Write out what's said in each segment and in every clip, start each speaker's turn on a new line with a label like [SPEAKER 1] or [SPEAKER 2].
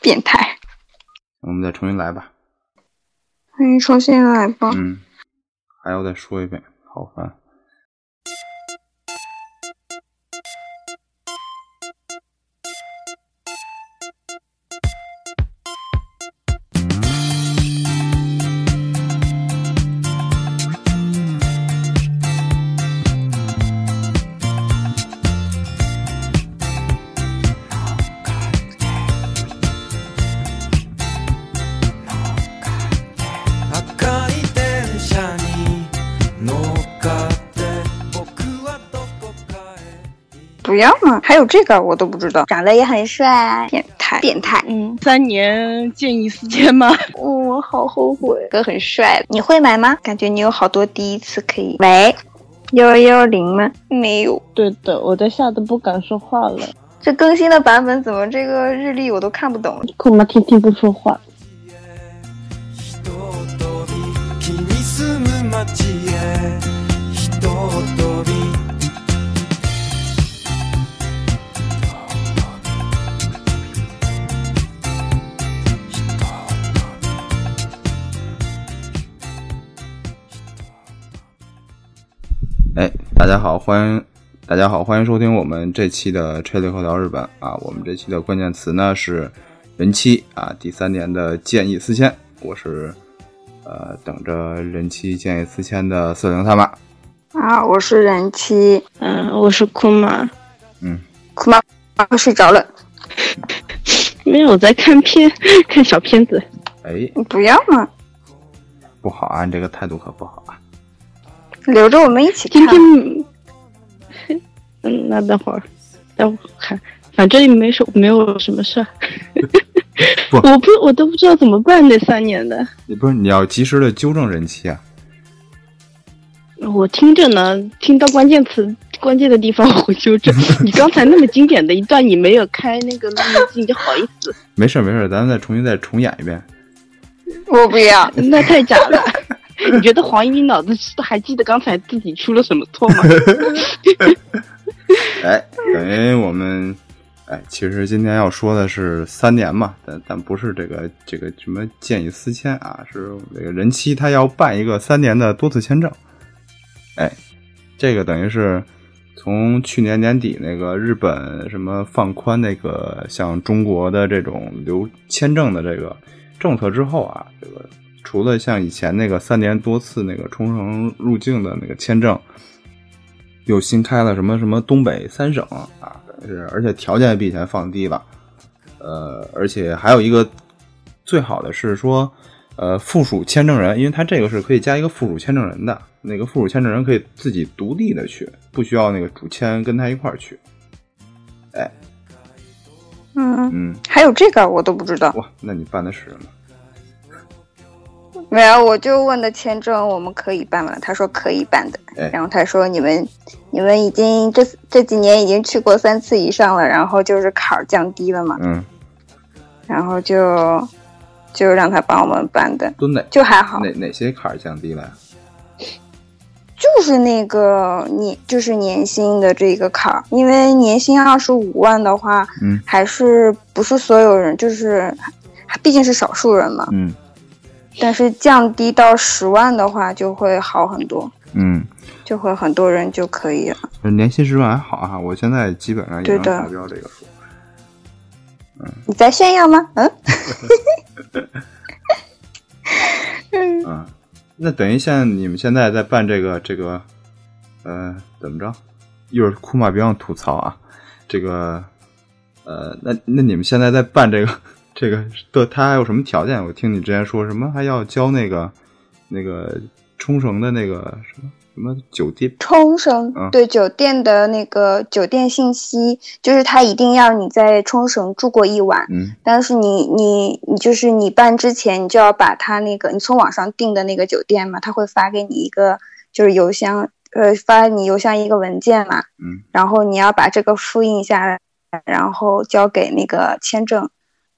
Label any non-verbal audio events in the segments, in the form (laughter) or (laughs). [SPEAKER 1] 变态。
[SPEAKER 2] 我们再重新来吧。
[SPEAKER 1] 你重新来吧。
[SPEAKER 2] 嗯，还要再说一遍，好烦。
[SPEAKER 3] 赤い電車に乗っかって僕はどこかへ
[SPEAKER 1] 不要嘛，还有这个啊我都不知道。
[SPEAKER 4] 长得也很帅。
[SPEAKER 1] 变态，变态，
[SPEAKER 5] 嗯，三年见一次见吗？
[SPEAKER 4] 嗯，我好后悔。
[SPEAKER 1] 哥很帅。你会买吗？感觉你有好多第一次可以。喂，幺幺零吗？没有。
[SPEAKER 5] (laughs) 对的，我都吓得不敢说话了，
[SPEAKER 1] 这更新的版本怎么这个日历我都看不懂？
[SPEAKER 5] 恐怕天天不说话。
[SPEAKER 3] ひととび気に住む街へひととび
[SPEAKER 2] 哎，大家好，欢迎大家好，欢迎收听我们这期的《吹雷后聊日本》啊。我们这期的关键词呢是人妻啊，第三年的见异思迁。我是呃等着人妻见异思迁的四零三八。
[SPEAKER 1] 啊，我是人妻，
[SPEAKER 5] 嗯，我是库玛，
[SPEAKER 2] 嗯，
[SPEAKER 1] 库玛快睡着了。
[SPEAKER 5] 没有我在看片， (laughs) 看小片子。
[SPEAKER 2] 哎，
[SPEAKER 1] 你不要啊嘛，
[SPEAKER 2] 不好啊，你这个态度可不好啊。
[SPEAKER 1] 留着我们一起
[SPEAKER 5] 今
[SPEAKER 1] 看。
[SPEAKER 5] 天， (laughs) 嗯，那等会儿，等会儿看，反正也没什没有什么事儿。
[SPEAKER 2] 不
[SPEAKER 5] (laughs) 我不，我都不知道怎么办那三年的。
[SPEAKER 2] 你不是你要及时的纠正人妻啊。
[SPEAKER 5] 我听着呢，听到关键词关键的地方我会纠正。 (laughs) 你刚才那么经典的一段，你没有开那个录音机，你就好意思？
[SPEAKER 2] 没事儿没事儿，咱们再重新再重演一遍。
[SPEAKER 1] 我不要，
[SPEAKER 5] (laughs) 那太假了。你觉得黄英脑子都还记得刚才自己出了什么错吗？
[SPEAKER 2] 哎，等于我们，哎，其实今天要说的是三年嘛，但但不是这个这个什么见异思迁啊，是我们这个人妻她要办一个三年的多次签证，哎，这个等于是从去年年底那个日本什么放宽那个像中国的这种留签证的这个政策之后啊，这个除了像以前那个三年多次那个冲绳入境的那个签证，又新开了什么什么东北三省啊，是而且条件也比以前放低了，呃，而且还有一个最好的是说，呃，附属签证人，因为他这个是可以加一个附属签证人的，那个附属签证人可以自己独立的去，不需要那个主签跟他一块儿去。
[SPEAKER 1] 嗯，
[SPEAKER 2] 嗯，
[SPEAKER 1] 还有这个我都不知道。
[SPEAKER 2] 哇，那你办的是什么？
[SPEAKER 1] 没有，我就问的签证我们可以办吗？他说可以办的
[SPEAKER 2] 哎，
[SPEAKER 1] 然后他说你们你们已经这这几年已经去过三次以上了，然后就是坎儿降低了嘛，
[SPEAKER 2] 嗯，
[SPEAKER 1] 然后就就让他帮我们办的，
[SPEAKER 2] 都哪
[SPEAKER 1] 就还好，
[SPEAKER 2] 哪哪些坎儿降低了呀？
[SPEAKER 1] 就是那个年就是年薪的这个坎儿，因为年薪二十五万的话，
[SPEAKER 2] 嗯
[SPEAKER 1] 还是不是所有人，就是毕竟是少数人嘛，
[SPEAKER 2] 嗯
[SPEAKER 1] 但是降低到十万的话就会好很多，
[SPEAKER 2] 嗯，
[SPEAKER 1] 就会很多人就可以了。
[SPEAKER 2] 年薪十万还好哈、我现在基本上也
[SPEAKER 1] 对
[SPEAKER 2] 能
[SPEAKER 1] 的
[SPEAKER 2] 达标这个数。
[SPEAKER 1] 你在炫耀吗？嗯，
[SPEAKER 2] 嗯，那等于现在你们现在在办这个这个，呃，怎么着？一会儿库玛别忘吐槽啊，这个，呃，那那你们现在在办这个 (laughs) 这个的，他还有什么条件？我听你之前说什么还要交那个那个冲绳的那个什么什么酒店，
[SPEAKER 1] 冲绳、
[SPEAKER 2] 嗯
[SPEAKER 1] 对酒店的那个酒店信息，就是他一定要你在冲绳住过一晚，
[SPEAKER 2] 嗯
[SPEAKER 1] 但是你你你就是你办之前，你就要把他那个你从网上订的那个酒店嘛，他会发给你一个就是邮箱，呃，发你邮箱一个文件嘛，
[SPEAKER 2] 嗯，
[SPEAKER 1] 然后你要把这个复印下来，然后交给那个签证，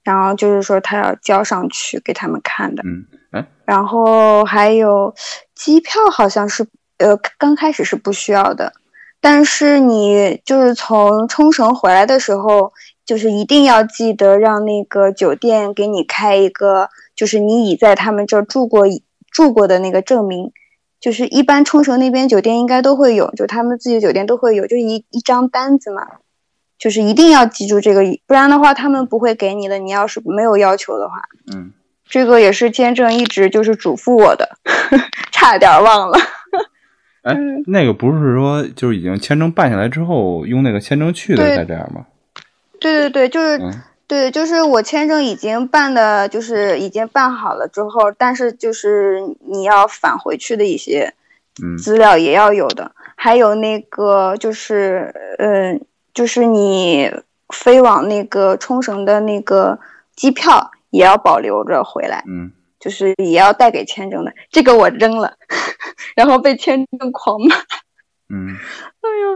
[SPEAKER 1] 然后就是说他要交上去给他们看的，
[SPEAKER 2] 嗯，哎，
[SPEAKER 1] 然后还有机票好像是呃刚开始是不需要的，但是你就是从冲绳回来的时候，就是一定要记得让那个酒店给你开一个，就是你已在他们这儿住过住过的那个证明。就是一般冲绳那边酒店应该都会有，就他们自己的酒店都会有，就一一张单子嘛。就是一定要记住这个，不然的话他们不会给你的。你要是没有要求的话，
[SPEAKER 2] 嗯，
[SPEAKER 1] 这个也是签证一直就是嘱咐我的， (laughs) 差点忘了。
[SPEAKER 2] 哎，那个不是说就是已经签证办下来之后用那个签证去的
[SPEAKER 1] 对
[SPEAKER 2] 才这样吗？
[SPEAKER 1] 对对对，就是、
[SPEAKER 2] 嗯
[SPEAKER 1] 对，就是我签证已经办的，就是已经办好了之后，但是就是你要返回去的一些
[SPEAKER 2] 嗯
[SPEAKER 1] 资料也要有的，还有那个就是嗯、呃，就是你飞往那个冲绳的那个机票也要保留着回来。
[SPEAKER 2] 嗯，
[SPEAKER 1] 就是也要带给签证的，这个我扔了， (laughs) 然后被签证狂骂。哎
[SPEAKER 2] 嗯，
[SPEAKER 1] 呀，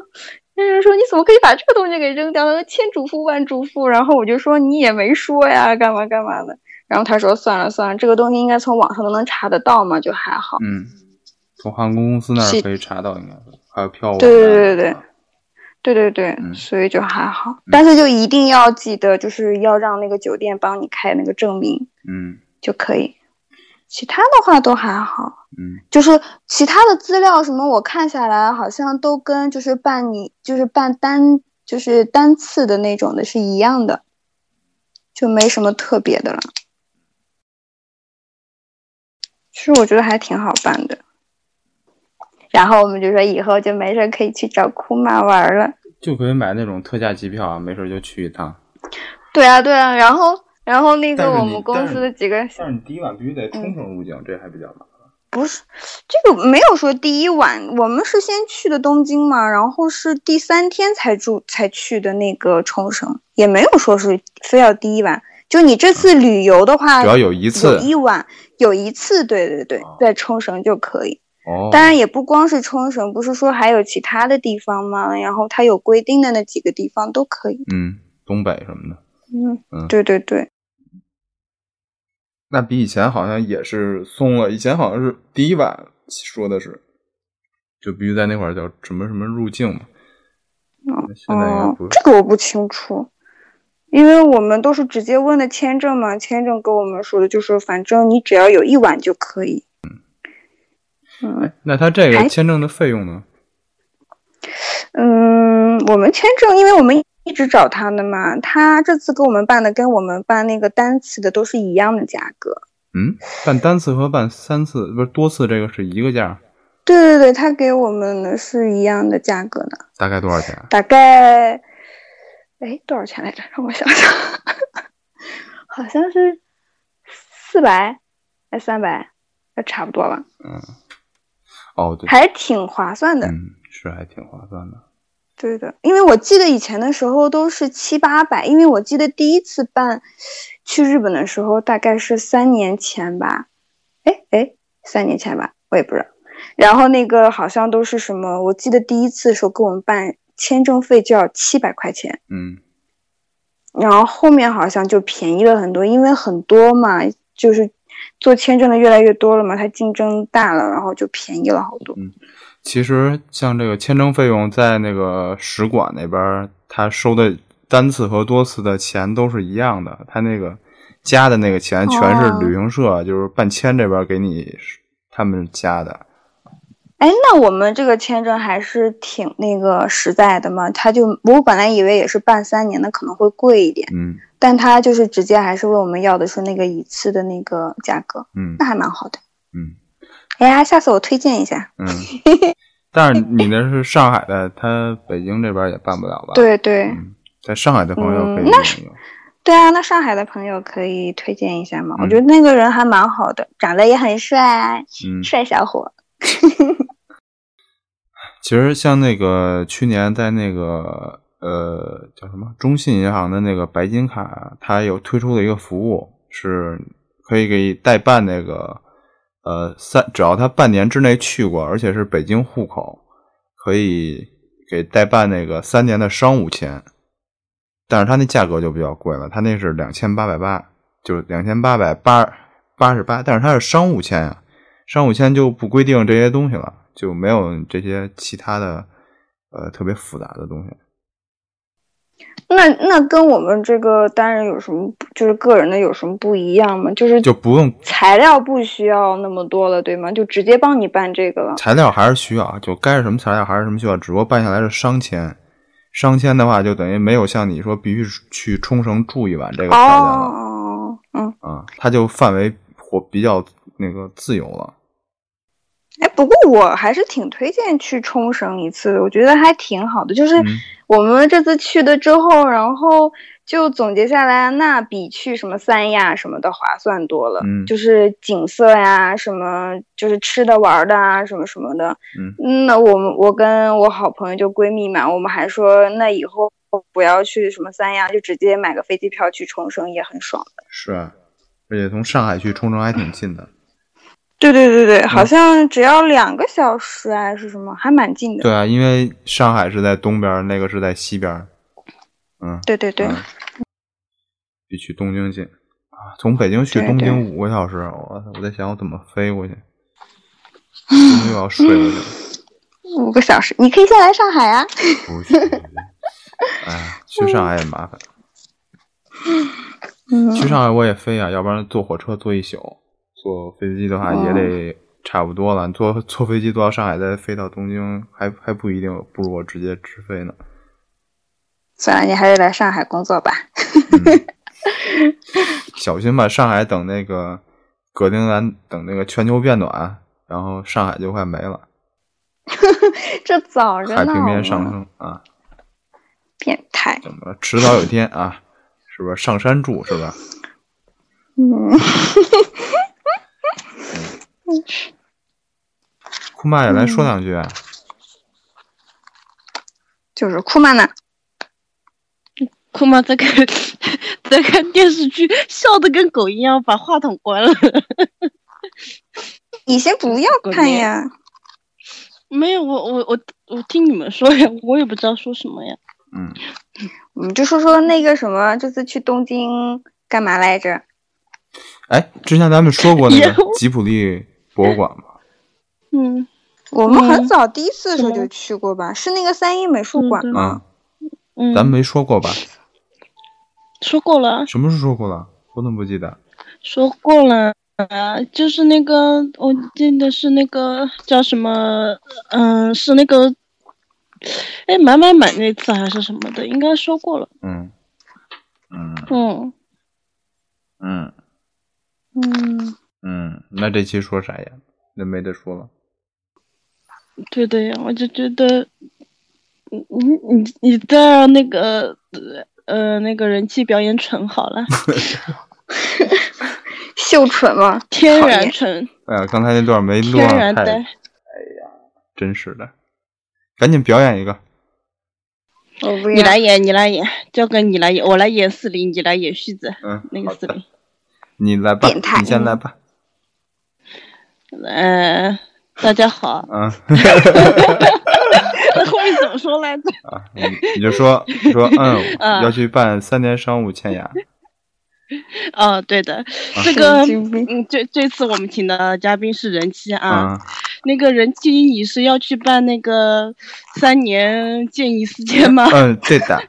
[SPEAKER 1] 签证说你怎么可以把这个东西给扔掉？他说千嘱咐万嘱咐，然后我就说你也没说呀，干嘛干嘛的。然后他说算了算了，这个东西应该从网上都能查得到嘛，就还好。
[SPEAKER 2] 嗯，从航空公司那儿
[SPEAKER 1] 是
[SPEAKER 2] 可以查到，应该是还有票务。啊
[SPEAKER 1] 对对对对对对对，
[SPEAKER 2] 嗯
[SPEAKER 1] 所以就还好，但是就一定要记得，就是要让那个酒店帮你开那个证明
[SPEAKER 2] 嗯
[SPEAKER 1] 就可以，其他的话都还好。
[SPEAKER 2] 嗯
[SPEAKER 1] 就是其他的资料什么，我看下来好像都跟就是办你就是办单就是单次的那种的是一样的，就没什么特别的了。其实我觉得还挺好办的。然后我们就说以后就没事可以去找库玛玩了。
[SPEAKER 2] 就可以买那种特价机票啊，没事儿就去一趟。
[SPEAKER 1] 对啊，对啊。然后，然后那
[SPEAKER 2] 但
[SPEAKER 1] 个
[SPEAKER 2] 是
[SPEAKER 1] 我
[SPEAKER 2] 你
[SPEAKER 1] 们公
[SPEAKER 2] 但是
[SPEAKER 1] 司的几个
[SPEAKER 2] 但是你第一晚必须
[SPEAKER 1] 嗯
[SPEAKER 2] 得冲绳入境，这还比较麻烦。
[SPEAKER 1] 不是，这个没有说第一晚，我们是先去的东京嘛，然后是第三天才住才去的那个冲绳，也没有说是非要第一晚。就你这次旅游的话，
[SPEAKER 2] 只嗯要有一次
[SPEAKER 1] 有一晚，有一次，对对对
[SPEAKER 2] 哦，
[SPEAKER 1] 在冲绳就可以。
[SPEAKER 2] 哦，
[SPEAKER 1] 当然也不光是冲绳，不是说还有其他的地方吗？然后它有规定的那几个地方都可以。
[SPEAKER 2] 嗯，东北什么的，嗯
[SPEAKER 1] 嗯，对对对，
[SPEAKER 2] 那比以前好像也是松了。以前好像是第一晚说的是，就必须在那块儿叫什么什么入境嘛。现在应该
[SPEAKER 1] 哦
[SPEAKER 2] 不，是
[SPEAKER 1] 这个我不清楚，因为我们都是直接问的签证嘛，签证跟我们说的就是，反正你只要有一晚就可以。嗯
[SPEAKER 2] 哎那他这个
[SPEAKER 1] 还
[SPEAKER 2] 签证的费用呢？
[SPEAKER 1] 嗯，我们签证，因为我们一直找他的嘛，他这次给我们办的跟我们办那个单次的都是一样的价格。
[SPEAKER 2] 嗯，办单次和办三次不是多次，这个是一个价儿，
[SPEAKER 1] 对对对，他给我们的是一样的价格的，
[SPEAKER 2] 大概多少钱？啊
[SPEAKER 1] 大概，哎，多少钱来着？让我想想， (laughs) 好像是四百还三百，那差不多吧。
[SPEAKER 2] 哦，对，
[SPEAKER 1] 还挺划算的。
[SPEAKER 2] 嗯，是还挺划算的。
[SPEAKER 1] 对的，因为我记得以前的时候都是七八百，因为我记得第一次办去日本的时候大概是三年前吧，哎哎，三年前吧，我也不知道。然后那个好像都是什么，我记得第一次的时候给我们办签证费就要七百块钱，
[SPEAKER 2] 嗯
[SPEAKER 1] 然后后面好像就便宜了很多，因为很多嘛，就是做签证的越来越多了嘛，它竞争大了，然后就便宜了好多。
[SPEAKER 2] 其实像这个签证费用，在那个使馆那边儿，他收的单次和多次的钱都是一样的，他那个加的那个钱全是
[SPEAKER 1] 哦
[SPEAKER 2] 旅行社，就是办签这边儿给你他们加的。
[SPEAKER 1] 哎，那我们这个签证还是挺那个实在的嘛，他就我本来以为也是办三年的，可能会贵一点，
[SPEAKER 2] 嗯
[SPEAKER 1] 但他就是直接还是问我们要的是那个一次的那个价格，
[SPEAKER 2] 嗯
[SPEAKER 1] 那还蛮好的。
[SPEAKER 2] 嗯
[SPEAKER 1] 哎呀，下次我推荐一下。 (laughs)
[SPEAKER 2] 嗯。但是你那是上海的，他北京这边儿也办不了吧？，
[SPEAKER 1] 对对、
[SPEAKER 2] 嗯，在上海的朋友可
[SPEAKER 1] 嗯
[SPEAKER 2] 以用
[SPEAKER 1] 那
[SPEAKER 2] 一用。
[SPEAKER 1] 对啊，那上海的朋友可以推荐一下嘛，我觉得那个人还蛮好的，长得也很帅，
[SPEAKER 2] 嗯，
[SPEAKER 1] 帅小伙。
[SPEAKER 2] 其实像那个去年在那个呃叫什么中信银行的那个白金卡，它有推出了一个服务，是可以给代办那个呃三，只要他半年之内去过，而且是北京户口，可以给代办那个三年的商务签，但是他那价格就比较贵了，他那是两千八百八，就是两千八百八八十八，但是它是商务签啊。商务签就不规定这些东西了，就没有这些其他的呃特别复杂的东西。
[SPEAKER 1] 那那跟我们这个单人有什么，就是个人的有什么不一样吗？就是
[SPEAKER 2] 就不用
[SPEAKER 1] 材料不需要那么多了，对吗？就直接帮你办这个了。
[SPEAKER 2] 材料还是需要，啊就该是什么材料还是什么需要，只不过办下来是商签。商签的话，就等于没有像你说必须去冲绳住一晚这个条件了
[SPEAKER 1] 哦，嗯，
[SPEAKER 2] 啊、它就范围或比较那个自由了。
[SPEAKER 1] 哎，不过我还是挺推荐去冲绳一次的，我觉得还挺好的。就是
[SPEAKER 2] 嗯
[SPEAKER 1] 我们这次去的之后，然后就总结下来，那比去什么三亚什么的划算多了。
[SPEAKER 2] 嗯
[SPEAKER 1] 就是景色呀，什么就是吃的、玩的啊，什么什么的。
[SPEAKER 2] 嗯
[SPEAKER 1] 嗯那我们我跟我好朋友就闺蜜嘛，我们还说，那以后不要去什么三亚，就直接买个飞机票去冲绳也很爽。
[SPEAKER 2] 是，啊而且从上海去冲绳还挺近的。
[SPEAKER 1] 对对对
[SPEAKER 2] 嗯
[SPEAKER 1] 对，好像只要两个小时啊还是什么，还蛮近的。
[SPEAKER 2] 对啊，因为上海是在东边儿，那个是在西边儿。嗯，
[SPEAKER 1] 对对对
[SPEAKER 2] 嗯比去东京近啊！从北京去
[SPEAKER 1] 对
[SPEAKER 2] 东
[SPEAKER 1] 对
[SPEAKER 2] 京五个小时，我我在想我怎么飞过
[SPEAKER 1] (laughs)
[SPEAKER 2] 去，可能又要睡过去了。
[SPEAKER 1] 五个小时，你可以先来上海啊。
[SPEAKER 2] 不
[SPEAKER 1] (laughs)
[SPEAKER 2] 去，哎，去上海也麻烦。
[SPEAKER 1] 嗯
[SPEAKER 2] 去上海我也飞啊，要不然坐火车坐一宿，坐飞机的话也
[SPEAKER 1] 嗯
[SPEAKER 2] 得差不多了。坐坐飞机坐到上海，再飞到东京，还还不一定，不如我直接直飞呢。
[SPEAKER 1] 算了，你还是来上海工作吧。
[SPEAKER 2] 小心吧，上海等那个葛定南等那个全球变暖，然后上海就快没了，
[SPEAKER 1] (laughs) 这早着呢，
[SPEAKER 2] 海平面
[SPEAKER 1] 好
[SPEAKER 2] 上
[SPEAKER 1] 吗
[SPEAKER 2] 升啊，
[SPEAKER 1] 变态。
[SPEAKER 2] 怎么了迟早有一天啊，是不是上山住是吧？
[SPEAKER 1] 嗯，
[SPEAKER 2] 嗯库玛也来说两句啊，
[SPEAKER 1] 就是库曼娜。
[SPEAKER 5] (laughs) 库玛在看在看电视剧，笑的跟狗一样，把话筒关了。
[SPEAKER 1] 你先不要看呀，
[SPEAKER 5] (laughs) 没有，我我我我听你们说呀，我也不知道说什么呀。
[SPEAKER 2] 嗯，
[SPEAKER 1] 我们就说说那个什么，这次去东京干嘛来着？
[SPEAKER 2] 哎，之前咱们说过那个
[SPEAKER 5] 有
[SPEAKER 2] 吉卜力博物馆吗？
[SPEAKER 5] 嗯，
[SPEAKER 1] 我们很
[SPEAKER 5] 嗯
[SPEAKER 1] 早第一次的时候
[SPEAKER 5] 什么
[SPEAKER 1] 就去过吧，是那个三一美术馆
[SPEAKER 5] 嗯对
[SPEAKER 1] 吗
[SPEAKER 2] 啊？，
[SPEAKER 5] 嗯
[SPEAKER 2] 咱们没说过吧？
[SPEAKER 5] 说过了啊，
[SPEAKER 2] 什么时候说过了？我怎么不记得？
[SPEAKER 5] 说过了啊，就是那个，我记得是那个叫什么，嗯，是那个，哎，买买买那次还是什么的，应该说过了。
[SPEAKER 2] 嗯，嗯
[SPEAKER 5] 嗯，
[SPEAKER 2] 嗯
[SPEAKER 1] 嗯，
[SPEAKER 2] 嗯，那这期说啥呀？那没得说了。
[SPEAKER 5] 对的呀，我就觉得，你你你你再让那个呃那个人气表演蠢好
[SPEAKER 2] (laughs)
[SPEAKER 5] 了，
[SPEAKER 1] 秀蠢吗？
[SPEAKER 5] 天
[SPEAKER 1] 讨
[SPEAKER 5] 然
[SPEAKER 1] 厌
[SPEAKER 5] 蠢，
[SPEAKER 2] 哎呀，刚才那段没录
[SPEAKER 5] 天
[SPEAKER 2] 上，
[SPEAKER 5] 然呆
[SPEAKER 2] 太。真是的。赶紧表演一个，
[SPEAKER 1] 我不
[SPEAKER 5] 你
[SPEAKER 1] 要。
[SPEAKER 5] 来演，你来演，交给你来演，我来演四零，你来演旭子，
[SPEAKER 2] 嗯，
[SPEAKER 5] 那
[SPEAKER 2] 好
[SPEAKER 5] 个四
[SPEAKER 2] 的
[SPEAKER 5] 零，，
[SPEAKER 2] 你来吧
[SPEAKER 1] 变，态
[SPEAKER 2] 你先来吧，，
[SPEAKER 5] 呃，大家好 (laughs)
[SPEAKER 2] 嗯，
[SPEAKER 5] 后面怎么说来着？
[SPEAKER 2] 嗯你就说说，嗯，
[SPEAKER 5] 嗯
[SPEAKER 2] 要去办三年商务签牙，
[SPEAKER 5] 哦，对的，这
[SPEAKER 1] 神
[SPEAKER 5] 个
[SPEAKER 1] 经病
[SPEAKER 5] 嗯，这这次我们请的嘉宾是人气啊，
[SPEAKER 2] 嗯，？
[SPEAKER 5] 那个人气你是要去办那个三年见一次见吗
[SPEAKER 2] 嗯，对的，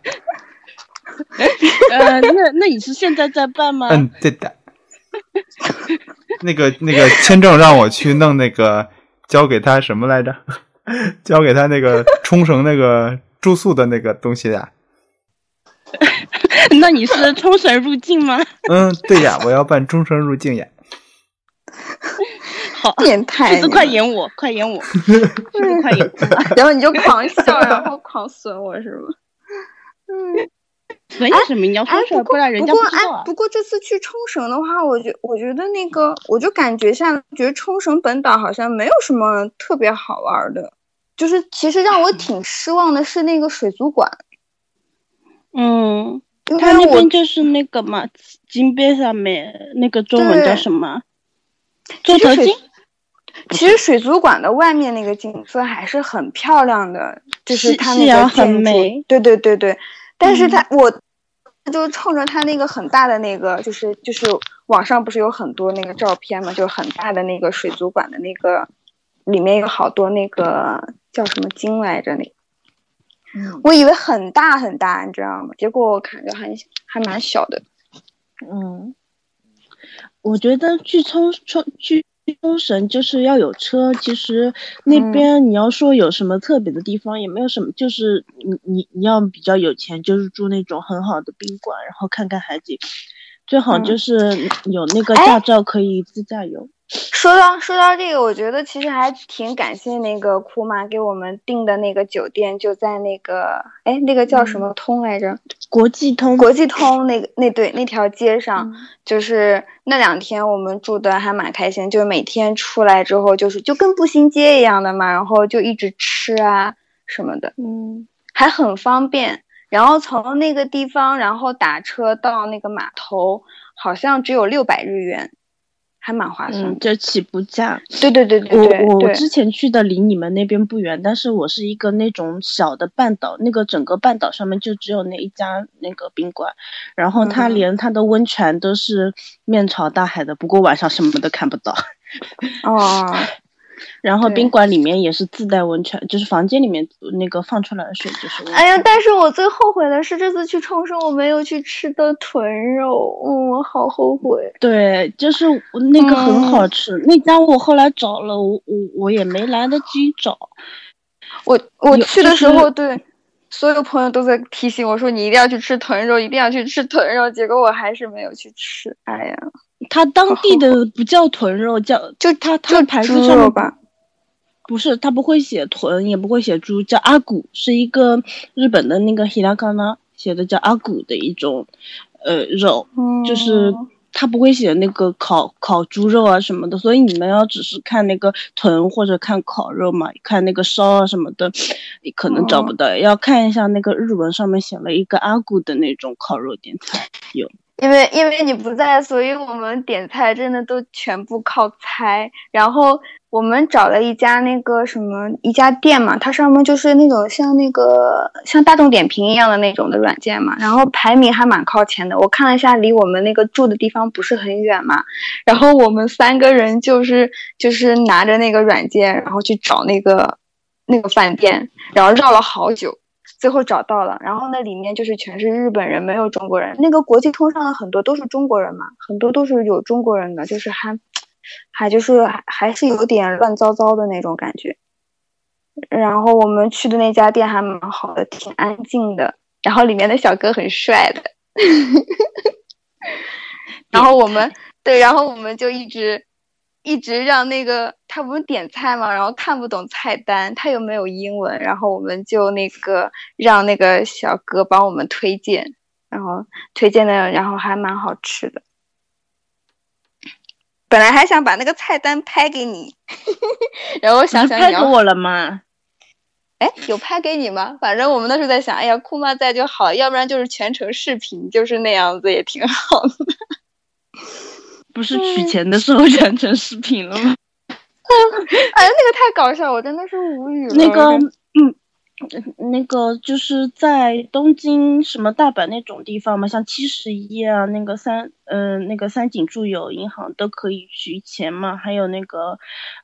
[SPEAKER 5] 呃，那那你是现在在办吗？
[SPEAKER 2] 嗯，对的。那个那个签证让我去弄那个，交给他什么来着？ (laughs) 交给他那个冲绳那个住宿的那个东西呀、
[SPEAKER 5] 那你是冲绳入境 (laughs) 吗？
[SPEAKER 2] 嗯，对呀，我要办冲绳入境呀。
[SPEAKER 5] 好，
[SPEAKER 1] 变态
[SPEAKER 5] 这次
[SPEAKER 1] 你！
[SPEAKER 5] 快演我，快演我，这次快演 (laughs) 我，啊
[SPEAKER 1] 然后你就狂 (laughs) 笑，然后狂损我是吗？
[SPEAKER 5] 所以什么你要
[SPEAKER 1] 哎
[SPEAKER 5] 说，出
[SPEAKER 1] 不
[SPEAKER 5] 来，不
[SPEAKER 1] 过
[SPEAKER 5] 然人
[SPEAKER 1] 不
[SPEAKER 5] 家
[SPEAKER 1] 过
[SPEAKER 5] 不知道
[SPEAKER 1] 哎
[SPEAKER 5] 啊，。
[SPEAKER 1] 不过这次去冲绳的话，我觉我觉得那个，我就感觉下来，觉得冲绳本岛好像没有什么特别好玩的。就是其实让我挺失望的是那个水族馆，
[SPEAKER 5] 嗯，
[SPEAKER 1] 因
[SPEAKER 5] 他
[SPEAKER 1] 为
[SPEAKER 5] 那
[SPEAKER 1] 我
[SPEAKER 5] 边就是那个嘛，金边上面那个中文叫
[SPEAKER 1] 对
[SPEAKER 5] 什么？
[SPEAKER 1] 其
[SPEAKER 5] 座
[SPEAKER 1] 实
[SPEAKER 5] 头
[SPEAKER 1] 水
[SPEAKER 5] 鲸。
[SPEAKER 1] 其
[SPEAKER 5] 嗯
[SPEAKER 1] 实水族馆的外面那个景色还是很漂亮的，就是
[SPEAKER 5] 是
[SPEAKER 1] 它
[SPEAKER 5] 是
[SPEAKER 1] 那
[SPEAKER 5] 呀
[SPEAKER 1] 个
[SPEAKER 5] 很
[SPEAKER 1] 建筑
[SPEAKER 5] 美嗯
[SPEAKER 1] 对对对对，但是它、我就冲着它那个很大的那个，就是就是网上不是有很多那个照片嘛，就是很大的那个水族馆的那个，里面有好多那个叫什么鲸来着那。
[SPEAKER 5] 嗯
[SPEAKER 1] 我以为很大很大，你知道吗？结果我感觉还还蛮小的。
[SPEAKER 5] 嗯，我觉得去冲冲去冲绳就是要有车。其实那
[SPEAKER 1] 嗯
[SPEAKER 5] 边你要说有什么特别的地方，也没有什么，就是你你你要比较有钱，就是住那种很好的宾馆，然后看看海景，最好就是有那个
[SPEAKER 1] 嗯哎
[SPEAKER 5] 驾照可以自驾游。
[SPEAKER 1] 说到说到这个，我觉得其实还挺感谢那个库玛给我们订的那个酒店，就在那个哎那个叫什
[SPEAKER 5] 嗯
[SPEAKER 1] 么通来着？
[SPEAKER 5] 国际通，
[SPEAKER 1] 国际啊通那个那对那条街上，
[SPEAKER 5] 嗯
[SPEAKER 1] 就是那两天我们住的还蛮开心，就是每天出来之后就是就跟步行街一样的嘛，然后就一直吃啊什么的，
[SPEAKER 5] 嗯，
[SPEAKER 1] 还很方便。然后从那个地方，然后打车到那个码头，好像只有六百日元，还蛮划算
[SPEAKER 5] 嗯，
[SPEAKER 1] 的。
[SPEAKER 5] 这起步价。
[SPEAKER 1] 对对对对
[SPEAKER 5] 我
[SPEAKER 1] 对
[SPEAKER 5] 我
[SPEAKER 1] 对
[SPEAKER 5] 我之前去的离你们那边不远，但是我是一个那种小的半岛，那个整个半岛上面就只有那一家那个宾馆，然后它
[SPEAKER 1] 嗯
[SPEAKER 5] 连它的温泉都是面朝大海的，不过晚上什么都看不到。
[SPEAKER 1] 哦，
[SPEAKER 5] 然后
[SPEAKER 1] 对
[SPEAKER 5] 宾馆里面也是自带温泉，就是房间里面那个放出来的水就是温泉。
[SPEAKER 1] 哎呀！但是我最后悔的是这次去冲绳我没有去吃的豚肉，嗯，我好后悔。
[SPEAKER 5] 对，就是我那个很
[SPEAKER 1] 嗯
[SPEAKER 5] 好吃，那家我后来找了，我我我也没来得及找。
[SPEAKER 1] 我我
[SPEAKER 5] 有
[SPEAKER 1] 去
[SPEAKER 5] 就
[SPEAKER 1] 的时候，
[SPEAKER 5] 是
[SPEAKER 1] 对所有朋友都在提醒我说你一定要去吃豚肉，一定要去吃豚肉。结果我还是没有去吃。哎呀，
[SPEAKER 5] 它当
[SPEAKER 1] (laughs)
[SPEAKER 5] 地的不叫豚肉，叫
[SPEAKER 1] 就
[SPEAKER 5] 它它
[SPEAKER 1] 就
[SPEAKER 5] 牌
[SPEAKER 1] 猪
[SPEAKER 5] 子上
[SPEAKER 1] 肉
[SPEAKER 5] 面
[SPEAKER 1] 吧，
[SPEAKER 5] 不是，他不会写豚，也不会写猪，叫阿古，是一个日本的那个 hiragana 写的叫阿古的一种，呃，肉，
[SPEAKER 1] 嗯，
[SPEAKER 5] 就是他不会写那个烤烤猪肉啊什么的，所以你们要只是看那个豚或者看烤肉嘛，看那个烧啊什么的，你可能找不
[SPEAKER 1] 哦
[SPEAKER 5] 到，要看一下那个日文上面写了一个阿古的那种烤肉店菜。
[SPEAKER 1] 因为因为你不在，所以我们点菜真的都全部靠猜。然后我们找了一家那个什么一家店嘛，它上面就是那种像那个像大众点评一样的那种的软件嘛，然后排名还蛮靠前的。我看了一下，离我们那个住的地方不是很远嘛，然后我们三个人就是就是拿着那个软件，然后去找那个那个饭店，然后绕了好久。最后找到了，然后那里面就是全是日本人，没有中国人。那个国际通上的很多都是中国人嘛，很多都是有中国人的，就是还还就是还还是有点乱糟糟的那种感觉。然后我们去的那家店还蛮好的，挺安静的，然后里面的小哥很帅的。然后我们对，然后我们就一直一直让那个他不是点菜嘛，然后看不懂菜单，他又没有英文，然后我们就那个让那个小哥帮我们推荐，然后推荐的，然后还蛮好吃的。本来还想把那个菜单拍给你， (laughs) 然后想
[SPEAKER 5] 你
[SPEAKER 1] 想
[SPEAKER 5] 拍
[SPEAKER 1] 你
[SPEAKER 5] 给
[SPEAKER 1] 要
[SPEAKER 5] 我了吗？
[SPEAKER 1] 哎，有拍给你吗？反正我们那时候在想，哎呀，库妈在就好，要不然就是全程视频，就是那样子也挺好 (laughs) 的。
[SPEAKER 5] 不是取钱的时候 (laughs) 全成视频了吗？
[SPEAKER 1] 哎，那个太搞笑，我真的是无语了。
[SPEAKER 5] 那个，嗯，那个就是在东京什么大阪那种地方嘛，像七十一啊，那个三，嗯、那个三井住友银行都可以取钱嘛，还有那个，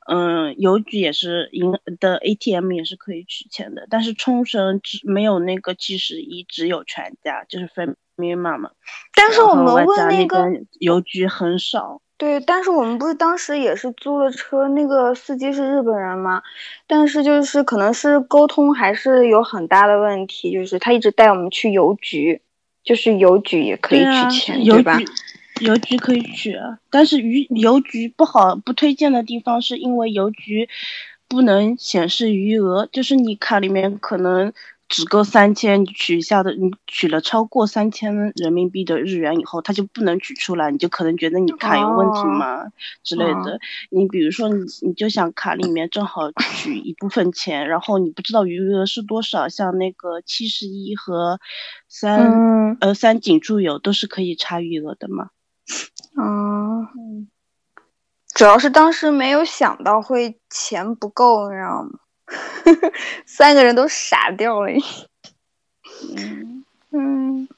[SPEAKER 5] 嗯、邮局也是银的 ATM 也是可以取钱的，但是冲绳只没有那个七十一，只有全家，就是 Family m a 嘛。
[SPEAKER 1] 但是
[SPEAKER 5] 然
[SPEAKER 1] 我
[SPEAKER 5] 后
[SPEAKER 1] 们
[SPEAKER 5] 外加
[SPEAKER 1] 问
[SPEAKER 5] 那
[SPEAKER 1] 那个，
[SPEAKER 5] 边邮局很少，
[SPEAKER 1] 对，但是我们不是当时也是租了车，那个司机是日本人吗？但是就是可能是沟通还是有很大的问题，就是他一直带我们去邮局，就是邮局也可以
[SPEAKER 5] 对啊
[SPEAKER 1] 取钱，
[SPEAKER 5] 邮
[SPEAKER 1] 吧？
[SPEAKER 5] 局邮局可以取啊，但是于邮局不好不推荐的地方，是因为邮局不能显示余额，就是你卡里面可能只够三千，你取下的你取了超过三千人民币的日元以后，它就不能取出来，你就可能觉得你卡有问题
[SPEAKER 1] 哦
[SPEAKER 5] 嘛、之类的。你比如说你你就想卡里面正好取一部分钱，然后你不知道余额是多少，像那个七十一和三、
[SPEAKER 1] 嗯
[SPEAKER 5] 呃三井住友都是可以查余额的嘛。
[SPEAKER 1] 嗯，主要是当时没有想到会钱不够，你知道吗？ (laughs) 三个人都傻掉了。嗯，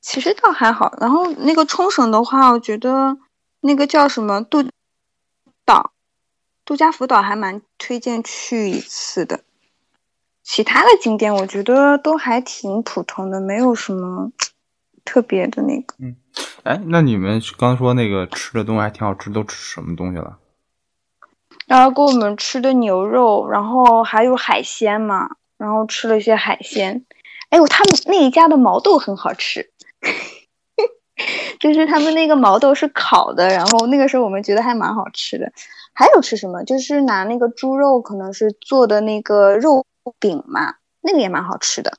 [SPEAKER 1] 其实倒还好。然后那个冲绳的话，我觉得那个叫什么度岛，度假福岛还蛮推荐去一次的。其他的景点我觉得都还挺普通的，没有什么特别的那个。
[SPEAKER 2] 哎，那你们刚说那个吃的东西还挺好吃，都吃什么东西了？
[SPEAKER 1] 然后给我们吃的牛肉，然后还有海鲜嘛，然后吃了一些海鲜。哎呦，他们那一家的毛豆很好吃， (laughs) 就是他们那个毛豆是烤的，然后那个时候我们觉得还蛮好吃的。还有吃什么？就是拿那个猪肉，可能是做的那个肉饼嘛，那个也蛮好吃的。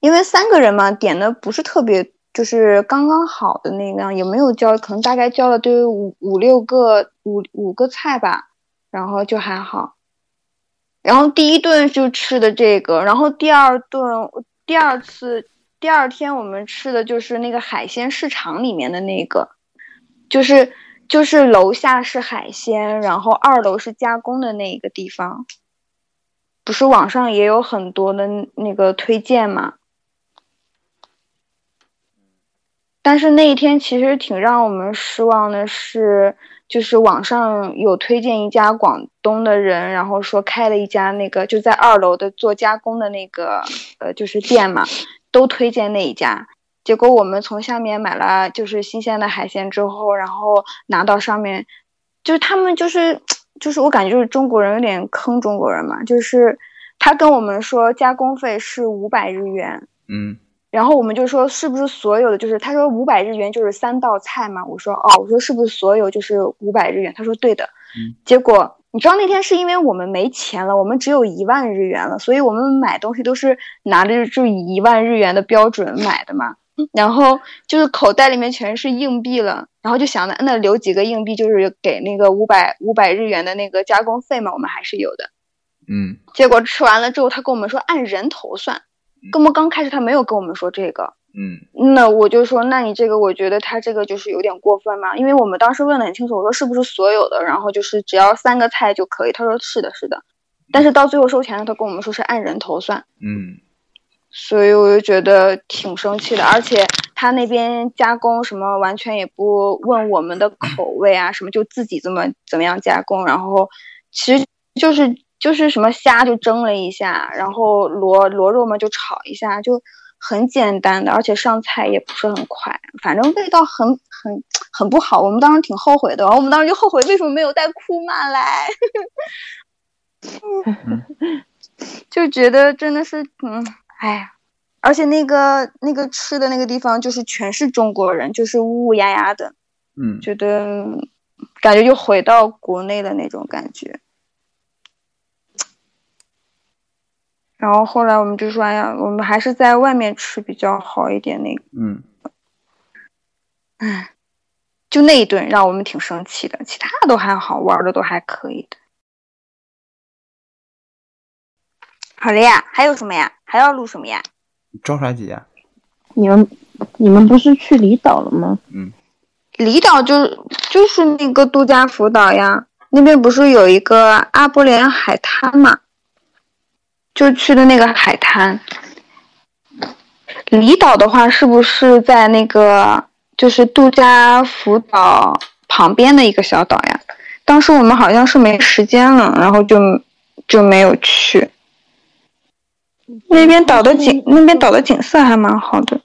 [SPEAKER 1] 因为三个人嘛，点的不是特别，就是刚刚好的那样，也没有交，可能大概交了都有五五六个五五个菜吧。然后就还好。然后第一顿就吃的这个，然后第二顿，第二次，第二天我们吃的就是那个海鲜市场里面的那个，就是就是楼下是海鲜，然后二楼是加工的那一个地方。不是网上也有很多的那个推荐嘛？但是那一天其实挺让我们失望的是，就是网上有推荐一家广东的人，然后说开了一家那个就在二楼的做加工的那个呃就是店嘛，都推荐那一家。结果我们从下面买了就是新鲜的海鲜之后，然后拿到上面，就是他们就是就是我感觉就是中国人有点坑中国人嘛，就是他跟我们说加工费是五百日元，
[SPEAKER 2] 嗯，
[SPEAKER 1] 然后我们就说是不是所有的就是他说五百日元就是三道菜嘛？我说哦，我说是不是所有就是五百日元？他说对的。
[SPEAKER 2] 嗯
[SPEAKER 1] 结果你知道那天是因为我们没钱了，我们只有一万日元了，所以我们买东西都是拿着就以一万日元的标准买的嘛。然后就是口袋里面全是硬币了，然后就想着那留几个硬币就是给那个五百五百日元的那个加工费嘛，我们还是有的。
[SPEAKER 2] 嗯，
[SPEAKER 1] 结果吃完了之后，他跟我们说按人头算，跟我们刚开始他没有跟我们说这个。
[SPEAKER 2] 嗯，
[SPEAKER 1] 那我就说，那你这个，我觉得他这个就是有点过分嘛，因为我们当时问的很清楚，我说是不是所有的，然后就是只要三个菜就可以，他说是的，是的，但是到最后收钱了，他跟我们说是按人头算，
[SPEAKER 2] 嗯，
[SPEAKER 1] 所以我就觉得挺生气的，而且他那边加工什么完全也不问我们的口味啊，什么就自己怎么怎么样加工，然后其实就是就是什么虾就蒸了一下，然后螺螺肉嘛就炒一下，就很简单的，而且上菜也不是很快，反正味道很很很不好，我们当时挺后悔的，然后我们当时就后悔为什么没有带库玛来。 (laughs) 就觉得真的是，嗯，哎呀，而且那个那个吃的那个地方就是全是中国人，就是乌乌压压的，
[SPEAKER 2] 嗯，
[SPEAKER 1] 觉得嗯感觉又回到国内的那种感觉。然后后来我们就说，哎呀，我们还是在外面吃比较好一点。那个，
[SPEAKER 2] 嗯，
[SPEAKER 1] 就那一顿让我们挺生气的，其他都还好，玩的都还可以的。好了呀，还有什么呀？还要录什么呀？
[SPEAKER 2] 着啥急啊？
[SPEAKER 5] 你们你们不是去离岛了吗？
[SPEAKER 1] 离岛就是就是那个度假福岛呀，那边不是有一个阿波连海滩嘛，就去的那个海滩。离岛的话，是不是在那个就是度假福岛旁边的一个小岛呀？当时我们好像是没时间了，然后就就没有去。那边岛的景，那边岛的景色还蛮好的。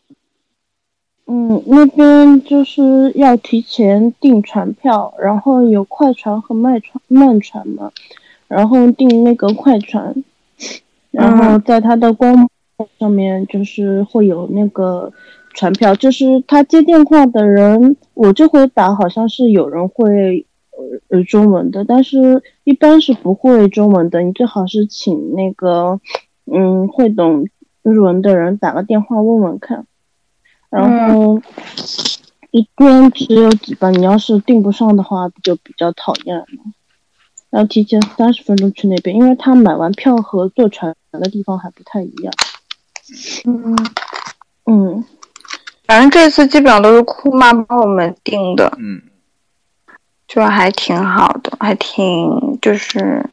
[SPEAKER 5] 嗯，那边就是要提前订船票，然后有快船和慢船慢船嘛，然后订那个快船，然后在它的官网上面就是会有那个船票，就是他接电话的人，我这回打好像是有人会呃呃中文的，但是一般是不会中文的，你最好是请那个嗯会懂日文的人打个电话问问看。然
[SPEAKER 1] 嗯
[SPEAKER 5] 后一天只有几班，你要是订不上的话，不就比较讨厌了吗。要提前三十分钟去那边，因为他买完票和坐船的地方还不太一样。
[SPEAKER 1] 嗯，
[SPEAKER 5] 嗯，
[SPEAKER 1] 反正这次基本上都是库妈帮我们订的，
[SPEAKER 2] 嗯，
[SPEAKER 1] 就还挺好的，还挺就是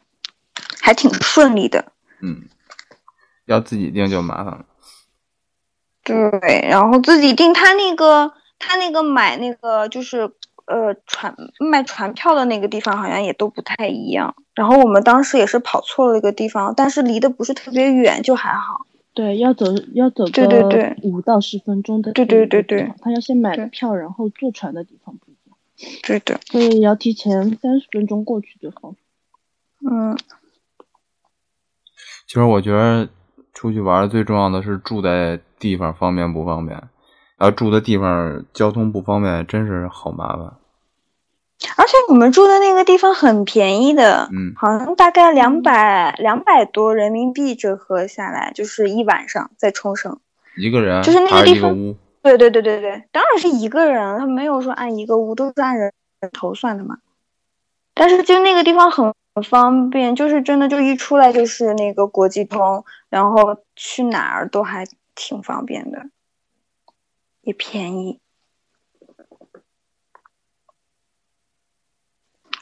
[SPEAKER 1] 还挺顺利的。
[SPEAKER 2] 嗯，要自己定就麻烦了。
[SPEAKER 1] 对，然后自己订他那个他那个买那个就是呃船卖船票的那个地方好像也都不太一样。然后我们当时也是跑错了一个地方，但是离得不是特别远，就还好。
[SPEAKER 5] 对，要走要走
[SPEAKER 1] 对对对
[SPEAKER 5] 个五到十分钟的
[SPEAKER 1] 对对对对
[SPEAKER 5] 地方，他要先买
[SPEAKER 1] 对
[SPEAKER 5] 票，然后坐船的地方不一样，
[SPEAKER 1] 对的，
[SPEAKER 5] 所以要提前三十分钟过去最好。
[SPEAKER 1] 嗯，
[SPEAKER 2] 其实我觉得出去玩儿最重要的是住在地方方便不方便，然后住的地方交通不方便，真是好麻烦。
[SPEAKER 1] 而且我们住的那个地方很便宜的，
[SPEAKER 2] 嗯，
[SPEAKER 1] 好像大概两百两百多人民币折合下来就是一晚上在冲绳。
[SPEAKER 2] 一个人
[SPEAKER 1] 就是那个
[SPEAKER 2] 还
[SPEAKER 1] 地
[SPEAKER 2] 一个
[SPEAKER 1] 方
[SPEAKER 2] 屋，
[SPEAKER 1] 对对对对对，当然是一个人，啊他没有说按一个屋，都是按人头算的嘛。但是就那个地方很方便，就是真的就一出来就是那个国际通，然后去哪儿都还挺方便的，也便宜。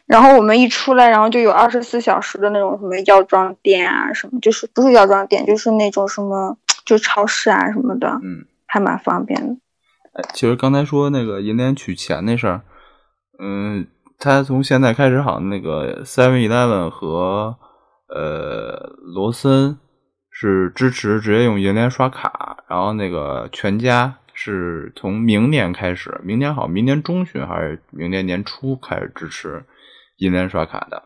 [SPEAKER 1] 然后我们一出来，然后就有二十四小时的那种什么药妆店啊，什么就是不是药妆店，就是那种什么就超市啊什么的，
[SPEAKER 2] 嗯，
[SPEAKER 1] 还蛮方便的。
[SPEAKER 2] 哎其实刚才说那个银联取钱那事儿，嗯，他从现在开始好像那个 Seven Eleven 和呃罗森是支持直接用银联刷卡，然后那个全家是从明年开始，明年好，明年中旬还是明年年初开始支持银联刷卡的。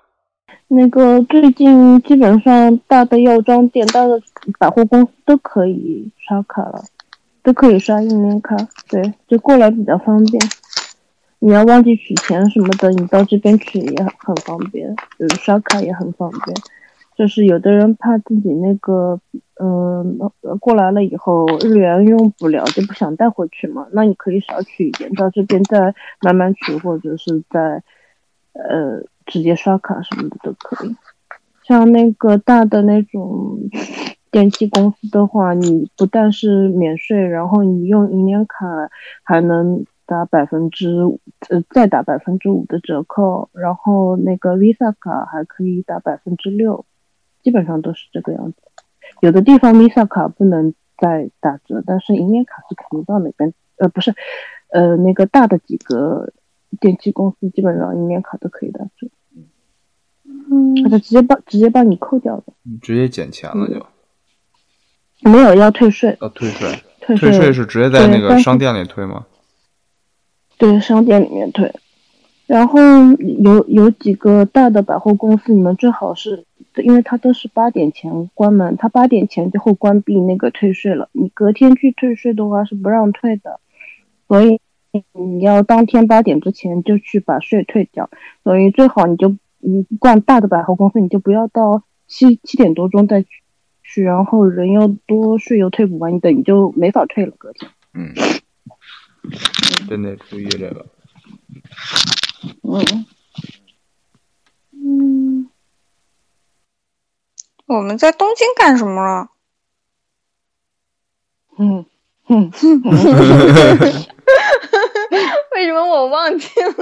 [SPEAKER 5] 那个最近基本上大的药妆店、大的百货公司都可以刷卡了，都可以刷银联卡，对，就过来比较方便。你要忘记取钱什么的，你到这边取也很方便，就是刷卡也很方便。就是有的人怕自己那个，嗯、呃过来了以后日元用不了，就不想带回去嘛。那你可以少取一点，到这边再慢慢取，或者是在，呃，直接刷卡什么的都可以。像那个大的那种电器公司的话，你不但是免税，然后你用银联卡还能打百分之呃再打百分之五的折扣，然后那个 Visa 卡还可以打百分之六，基本上都是这个样子。有的地方 Visa 卡不能再打折，但是银联卡是可以到哪边呃不是，呃那个大的几个电器公司基本上银联卡都可以打折，它
[SPEAKER 1] 嗯，
[SPEAKER 5] 就直接帮直接帮你扣掉的，
[SPEAKER 2] 嗯直接减钱了
[SPEAKER 5] 嗯
[SPEAKER 2] 就
[SPEAKER 5] 没有要退税，
[SPEAKER 2] 要退税，
[SPEAKER 5] 退
[SPEAKER 2] 退
[SPEAKER 5] 税
[SPEAKER 2] 税是直接在那
[SPEAKER 5] 对
[SPEAKER 2] 个
[SPEAKER 5] 但是
[SPEAKER 2] 商店里退吗？
[SPEAKER 5] 对，商店里面退。然后有有几个大的百货公司，你们最好是，因为它都是八点前关门，它八点前就会关闭那个退税了。你隔天去退税的话是不让退的，所以你要当天八点之前就去把税退掉。所以最好你就你逛大的百货公司，你就不要到七七点多钟再去，去然后人又多，税又退不完，你等你就没法退了隔天。
[SPEAKER 2] 嗯，真得注意这个。
[SPEAKER 5] 嗯。
[SPEAKER 1] 我们在东京干什么了？
[SPEAKER 5] 嗯，嗯，
[SPEAKER 1] 为什么我忘记了？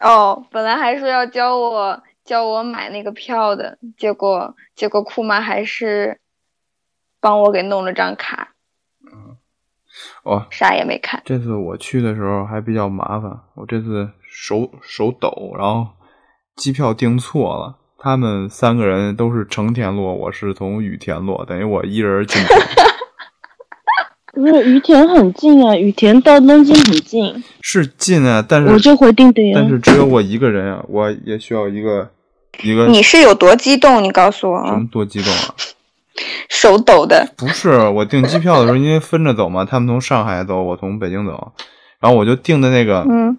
[SPEAKER 1] 哦，本来还说要教我教我买那个票的，结果结果库妈还是帮我给弄了张卡，
[SPEAKER 2] 哦，
[SPEAKER 1] 啥也没看。
[SPEAKER 2] 这次我去的时候还比较麻烦，我这次手手抖，然后机票订错了。他们三个人都是成田落，我是从羽田落，等于我一人进城。
[SPEAKER 5] 不是羽田很近啊，羽田到东京很近，
[SPEAKER 2] (laughs) 是近啊，但是
[SPEAKER 5] 我就回定的呀
[SPEAKER 2] 但。是只有我一个人啊，我也需要一个一个
[SPEAKER 1] 你是有多激动？你告诉我
[SPEAKER 2] 什
[SPEAKER 1] 啊
[SPEAKER 2] 么，多激动啊！
[SPEAKER 1] 手抖的。
[SPEAKER 2] 不是我订机票的时候，因为分着走嘛，他们从上海走，我从北京走，然后我就订的那个，
[SPEAKER 1] 嗯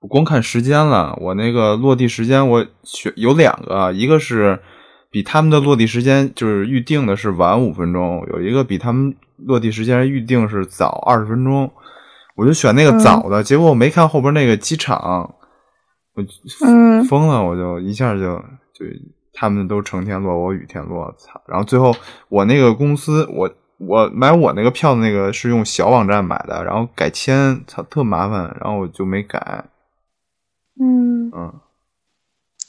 [SPEAKER 2] 我光看时间了，我那个落地时间我选有两个啊，一个是比他们的落地时间就是预定的是晚五分钟，有一个比他们落地时间预定是早二十分钟，我就选那个早的，结果我没看后边那个机场，我就
[SPEAKER 1] 嗯
[SPEAKER 2] 疯了，我就一下就就他们都成天落，我雨天落，操！然后最后我那个公司，我我买我那个票的那个是用小网站买的，然后改签，操，特麻烦，然后我就没改。
[SPEAKER 1] 嗯，
[SPEAKER 2] 嗯，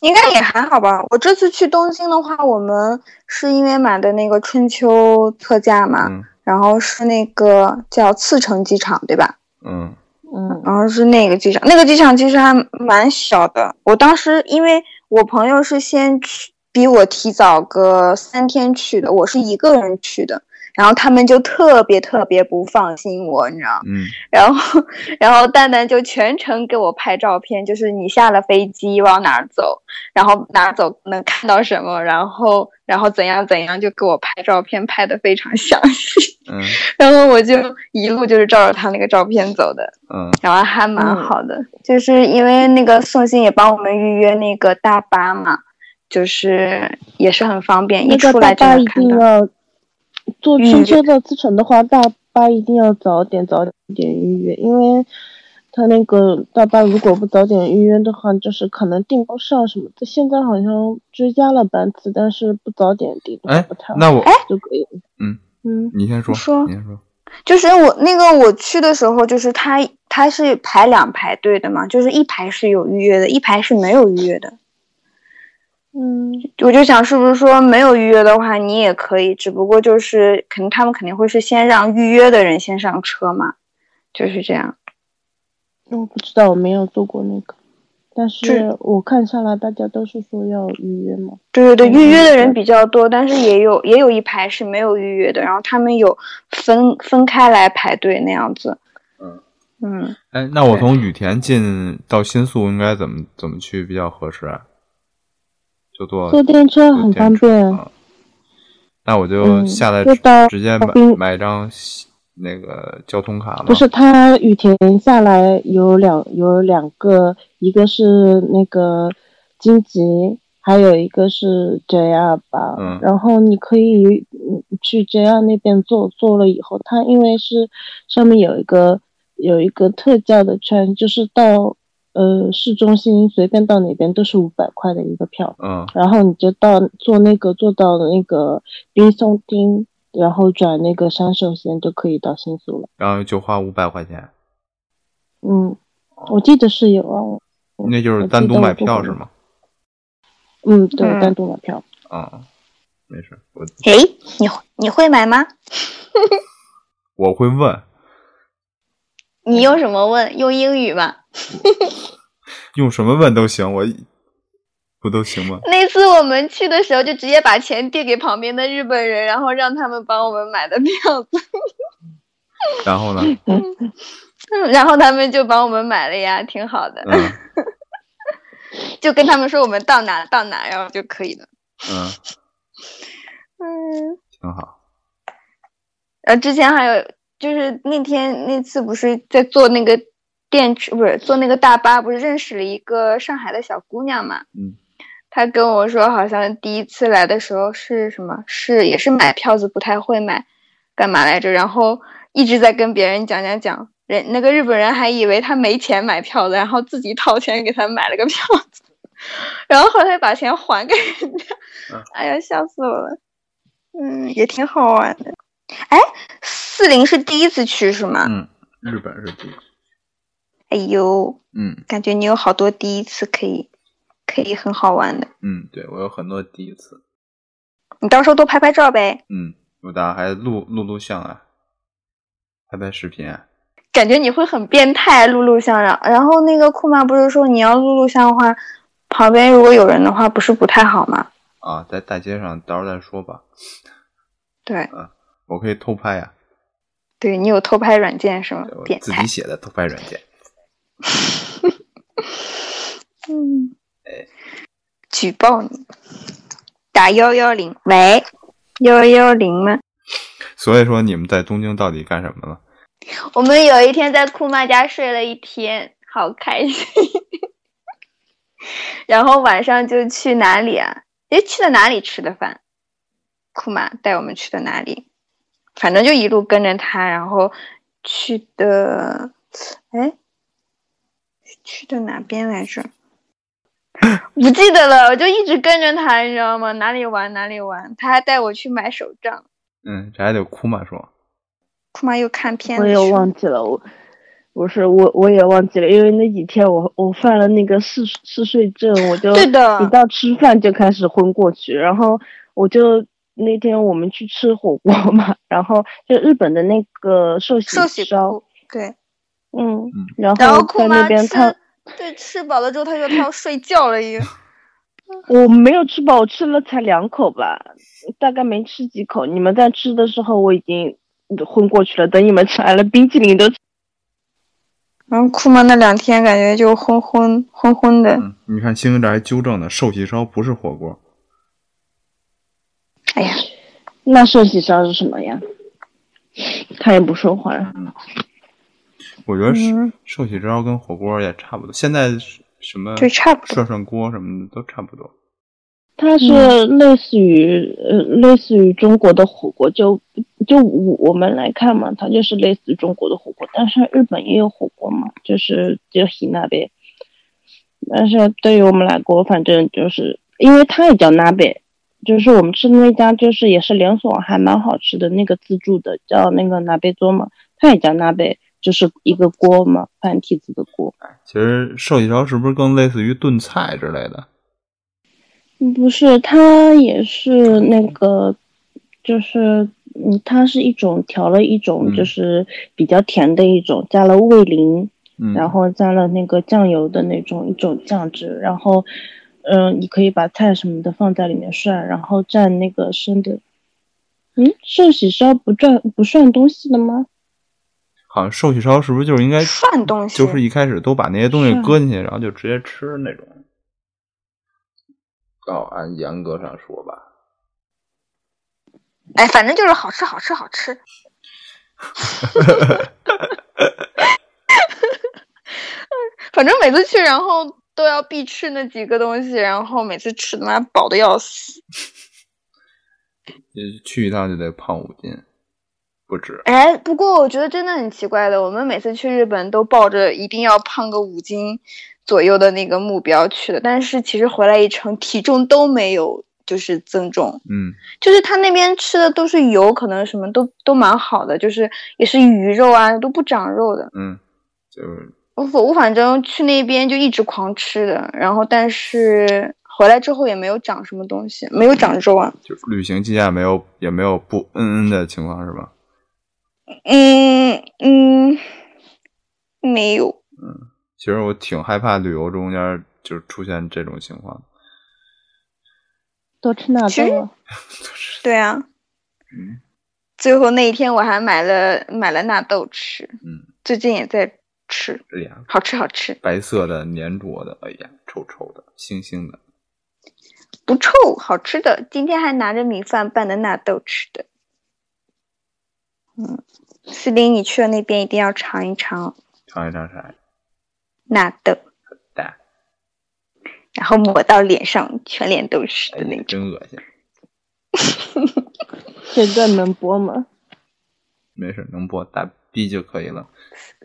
[SPEAKER 1] 应该也还好吧。我这次去东京的话，我们是因为买的那个春秋特价嘛，
[SPEAKER 2] 嗯
[SPEAKER 1] 然后是那个叫茨城机场，对吧？
[SPEAKER 2] 嗯，
[SPEAKER 5] 嗯嗯
[SPEAKER 1] 然后是那个机场，那个机场其实还蛮小的。我当时因为我朋友是先去，比我提早个三天去的，我是一个人去的。然后他们就特别特别不放心我，你知道吗？
[SPEAKER 2] 嗯，
[SPEAKER 1] 然后，然后蛋蛋就全程给我拍照片，就是你下了飞机往哪儿走，然后哪儿走能看到什么，然后，然后怎样怎样，就给我拍照片，拍的非常详细。
[SPEAKER 2] 嗯
[SPEAKER 1] (laughs) 然后我就一路就是照着他那个照片走的，
[SPEAKER 2] 嗯
[SPEAKER 1] 然后还蛮好的，就是因为那个宋鑫也帮我们预约那个大巴嘛，就是也是很方便，
[SPEAKER 5] 那
[SPEAKER 1] 一
[SPEAKER 5] 个
[SPEAKER 1] 出
[SPEAKER 5] 大
[SPEAKER 1] 来就
[SPEAKER 5] 巴
[SPEAKER 1] 能
[SPEAKER 5] 一
[SPEAKER 1] 看
[SPEAKER 5] 定
[SPEAKER 1] 到。嗯
[SPEAKER 5] 要坐
[SPEAKER 1] 预
[SPEAKER 5] 春
[SPEAKER 1] 约
[SPEAKER 5] 秋到茨城的话，大巴一定要早点早点预约，因为他那个大巴如果不早点预约的话，就是可能订不上什么的。现在好像追加了班次，但是不早点订的话
[SPEAKER 2] 哎
[SPEAKER 5] 不太，
[SPEAKER 2] 那
[SPEAKER 5] 好
[SPEAKER 2] 我
[SPEAKER 5] 就可以。
[SPEAKER 2] 嗯
[SPEAKER 5] 嗯，
[SPEAKER 2] 你先说，
[SPEAKER 1] 你说
[SPEAKER 2] 你先说，
[SPEAKER 1] 就是我那个我去的时候，就是他他是排两排队的嘛，就是一排是有预约的，一排是没有预约的。
[SPEAKER 5] 嗯，
[SPEAKER 1] 我就想是不是说没有预约的话，你也可以，只不过就是肯定他们肯定会是先让预约的人先上车嘛，就是这样。
[SPEAKER 5] 我不知道，我没有做过那个，但是
[SPEAKER 1] 这
[SPEAKER 5] 我看下来大家都是说要预约嘛。
[SPEAKER 1] 对对对，
[SPEAKER 5] 嗯
[SPEAKER 1] 预约的人比较多，但是也有也有一排是没有预约的，然后他们有分分开来排队那样子。
[SPEAKER 2] 嗯
[SPEAKER 1] 嗯，
[SPEAKER 2] 哎，那我从羽田进到新宿应该怎么怎么去比较合适啊？就坐
[SPEAKER 5] 坐哦电车哦很方便，
[SPEAKER 2] 啊那我就
[SPEAKER 5] 嗯
[SPEAKER 2] 下来
[SPEAKER 5] 就
[SPEAKER 2] 直
[SPEAKER 5] 到
[SPEAKER 2] 直接买
[SPEAKER 5] 滨
[SPEAKER 2] 买一张西那个交通卡了。
[SPEAKER 5] 不是，它羽田下来有两有两个，一个是那个京急，还有一个是 JR 吧。
[SPEAKER 2] 嗯
[SPEAKER 5] 然后你可以嗯去 JR 那边坐，坐了以后，它因为是上面有一个有一个特价的券，就是到呃市中心随便到哪边都是五百块的一个票。
[SPEAKER 2] 嗯
[SPEAKER 5] 然后你就到坐那个坐到那个滨松町，然后转那个山手线就可以到新宿了。
[SPEAKER 2] 然后就花五百块钱，
[SPEAKER 5] 嗯，我记得是有啊。我
[SPEAKER 2] 那就是单独买票是？吗？
[SPEAKER 5] 我记得我做过嗯，对，
[SPEAKER 1] 嗯
[SPEAKER 5] 单独买票。
[SPEAKER 2] 嗯，没事，我
[SPEAKER 1] 诶，你会你会买吗？
[SPEAKER 2] 我会问
[SPEAKER 1] 你用什么问？用英语吗？
[SPEAKER 2] 用什么问都行，我不都行吗？
[SPEAKER 1] 那次我们去的时候，就直接把钱递给旁边的日本人，然后让他们帮我们买的票子， (laughs)
[SPEAKER 2] 然后呢？
[SPEAKER 1] 嗯然后他们就帮我们买了呀，挺好的。
[SPEAKER 2] 嗯
[SPEAKER 1] 就跟他们说我们到哪到哪，然后就可以了。
[SPEAKER 5] (laughs)
[SPEAKER 2] 嗯，
[SPEAKER 1] 嗯，
[SPEAKER 2] 挺好。
[SPEAKER 1] 然呃后之前还有就是那天那次不是在坐那个电车，不是坐那个大巴，不是认识了一个上海的小姑娘嘛？
[SPEAKER 2] 嗯，
[SPEAKER 1] 她跟我说好像第一次来的时候是什么？是也是买票子不太会买，干嘛来着？然后一直在跟别人讲讲讲。人那个日本人还以为他没钱买票子，然后自己掏钱给他买了个票子， (laughs) 然后后来把钱还给人家
[SPEAKER 2] 嗯，
[SPEAKER 1] 哎呀，笑死我了。嗯，也挺好玩的。哎，四零是第一次去是吗？
[SPEAKER 2] 嗯，日本是第一。
[SPEAKER 1] 哎呦，
[SPEAKER 2] 嗯
[SPEAKER 1] 感觉你有好多第一次可以，可以很好玩的。
[SPEAKER 2] 嗯，对我有很多第一次。
[SPEAKER 1] 你到时候多拍拍照呗，
[SPEAKER 2] 嗯，我打算还录录录像啊，拍拍视频啊。
[SPEAKER 1] 感觉你会很变态录录像。然然后那个库玛不是说你要录录像的话，旁边如果有人的话，不是不太好吗？
[SPEAKER 2] 啊，在大街上到时候再说吧。
[SPEAKER 1] 对，
[SPEAKER 2] 我可以偷拍呀、
[SPEAKER 1] 对你有偷拍软件是吗
[SPEAKER 2] 对？我
[SPEAKER 1] 变
[SPEAKER 2] 自
[SPEAKER 1] 态
[SPEAKER 2] 己。写的偷拍软件。
[SPEAKER 1] 嗯，举报你，打幺幺零。喂，幺幺零吗？
[SPEAKER 2] 所以说你们在东京到底干什么了？
[SPEAKER 1] 我们有一天在库妈家睡了一天，好开心。 (laughs) 然后晚上就去哪里啊？诶，去的哪里吃的饭？库玛带我们去的哪里？反正就一路跟着他，然后去的，哎，去的哪边来着？不记得了，我就一直跟着他，你知道吗？哪里玩哪里玩，他还带我去买手账。
[SPEAKER 2] 嗯，这还得哭嘛说。
[SPEAKER 1] 库玛又看片
[SPEAKER 5] 我
[SPEAKER 1] 子
[SPEAKER 5] 也
[SPEAKER 1] 去了，
[SPEAKER 5] 忘记了，我不是我我也忘记了，因为那几天我我犯了那个嗜嗜睡症，我
[SPEAKER 1] (laughs)
[SPEAKER 5] 就
[SPEAKER 1] 对的
[SPEAKER 5] 一到吃饭就开始昏过去，然后我就。那天我们去 (laughs) 吃火锅嘛，然后就日本的那个寿喜
[SPEAKER 1] 寿喜
[SPEAKER 5] 烧，
[SPEAKER 1] 锅，对，
[SPEAKER 5] 嗯
[SPEAKER 2] 嗯，
[SPEAKER 5] 然
[SPEAKER 1] 然后
[SPEAKER 5] 后
[SPEAKER 1] 库
[SPEAKER 5] 在
[SPEAKER 1] 妈
[SPEAKER 5] 那边
[SPEAKER 1] 吃
[SPEAKER 5] 他，
[SPEAKER 1] 对，吃饱了之后 (laughs) 他就他要睡觉了已经。
[SPEAKER 5] 我没有吃饱，我吃了才两口吧，大概没吃几口。你们在吃的时候，我已经昏过去了。等你们吃完了，冰淇淋都吃
[SPEAKER 1] 然后库妈那两天感觉就昏昏昏昏的。
[SPEAKER 2] 嗯，你看星星这还纠正呢，寿喜烧不是火锅，
[SPEAKER 1] 哎呀，
[SPEAKER 5] 那寿喜烧是什么呀？他也不说话。
[SPEAKER 2] 我觉得是
[SPEAKER 1] 嗯
[SPEAKER 2] 寿喜烧跟火锅也差不多。现在是什么
[SPEAKER 1] 对差不多
[SPEAKER 2] 涮涮锅什么的都差不多。
[SPEAKER 5] 它是类似于、呃，类似于中国的火锅，就就我我们来看嘛，它就是类似于中国的火锅，但是日本也有火锅嘛，就是就行那边。但是对于我们来说，反正就是因为它也叫那边，就是我们吃的那家就是也是连锁，还蛮好吃的那个自助的，叫那个那贝桌嘛，它也叫那贝，就是一个锅嘛，繁体字的锅。
[SPEAKER 2] 其实寿喜烧是不是更类似于炖菜之类的？
[SPEAKER 5] 不是，它也是那个，就是嗯，它是一种调了一种，
[SPEAKER 2] 嗯
[SPEAKER 5] 就是比较甜的一种，加了味淋，
[SPEAKER 2] 嗯，
[SPEAKER 5] 然后加了那个酱油的那种一种酱汁，然后嗯、呃你可以把菜什么的放在里面涮，然后蘸那个生的。嗯，寿喜烧不蘸不涮东西的吗？
[SPEAKER 2] 好像寿喜烧是不是就是应该
[SPEAKER 1] 涮东西
[SPEAKER 2] 就是一开始都把那些东西
[SPEAKER 5] 是
[SPEAKER 2] 搁进去，然后就直接吃那种。要按严格上说吧，
[SPEAKER 1] 哎，反正就是好吃，好吃，好 (laughs) 吃。反正每次去，然后都要必吃那几个东西，然后每次吃他妈饱的要死。
[SPEAKER 2] 呃去一趟就得胖五斤，不止。
[SPEAKER 1] 哎，不过我觉得真的很奇怪的，我们每次去日本都抱着一定要胖个五斤左右的那个目标去的，但是其实回来一称，体重都没有就是增重。
[SPEAKER 2] 嗯，
[SPEAKER 1] 就是他那边吃的都是油，可能什么都都蛮好的，就是也是鱼肉啊，都不长肉的。
[SPEAKER 2] 嗯，就是
[SPEAKER 1] 我反我反正去那边就一直狂吃的，然后但是回来之后也没有长什么东西，没有长肉啊。
[SPEAKER 2] 就是旅行期间没有也没有不嗯嗯的情况是吧？
[SPEAKER 1] 嗯嗯，没有。
[SPEAKER 2] 其实我挺害怕旅游中间就是出现这种情况。
[SPEAKER 5] 多吃纳
[SPEAKER 1] 其
[SPEAKER 5] 豆
[SPEAKER 1] 实
[SPEAKER 5] 啊。
[SPEAKER 1] 对啊，
[SPEAKER 2] 嗯
[SPEAKER 1] 最后那一天我还买了买了纳豆吃，
[SPEAKER 2] 嗯，
[SPEAKER 1] 最近也在吃，
[SPEAKER 2] 哎呀，
[SPEAKER 1] 好吃好吃，
[SPEAKER 2] 白色的粘着的，哎呀，臭臭的，腥腥的。
[SPEAKER 1] 不臭，好吃的。今天还拿着米饭拌的纳豆吃的。嗯，四林，你去了那边一定要尝一尝
[SPEAKER 2] 尝一尝啥？
[SPEAKER 1] 纳豆，
[SPEAKER 2] 大，
[SPEAKER 1] 然后抹到脸上，全脸都是
[SPEAKER 2] 哎
[SPEAKER 1] 的那
[SPEAKER 2] 呀，
[SPEAKER 1] 种。
[SPEAKER 2] 真恶心。
[SPEAKER 5] 这段能播吗？
[SPEAKER 2] 没事，能播打 B 就可以了。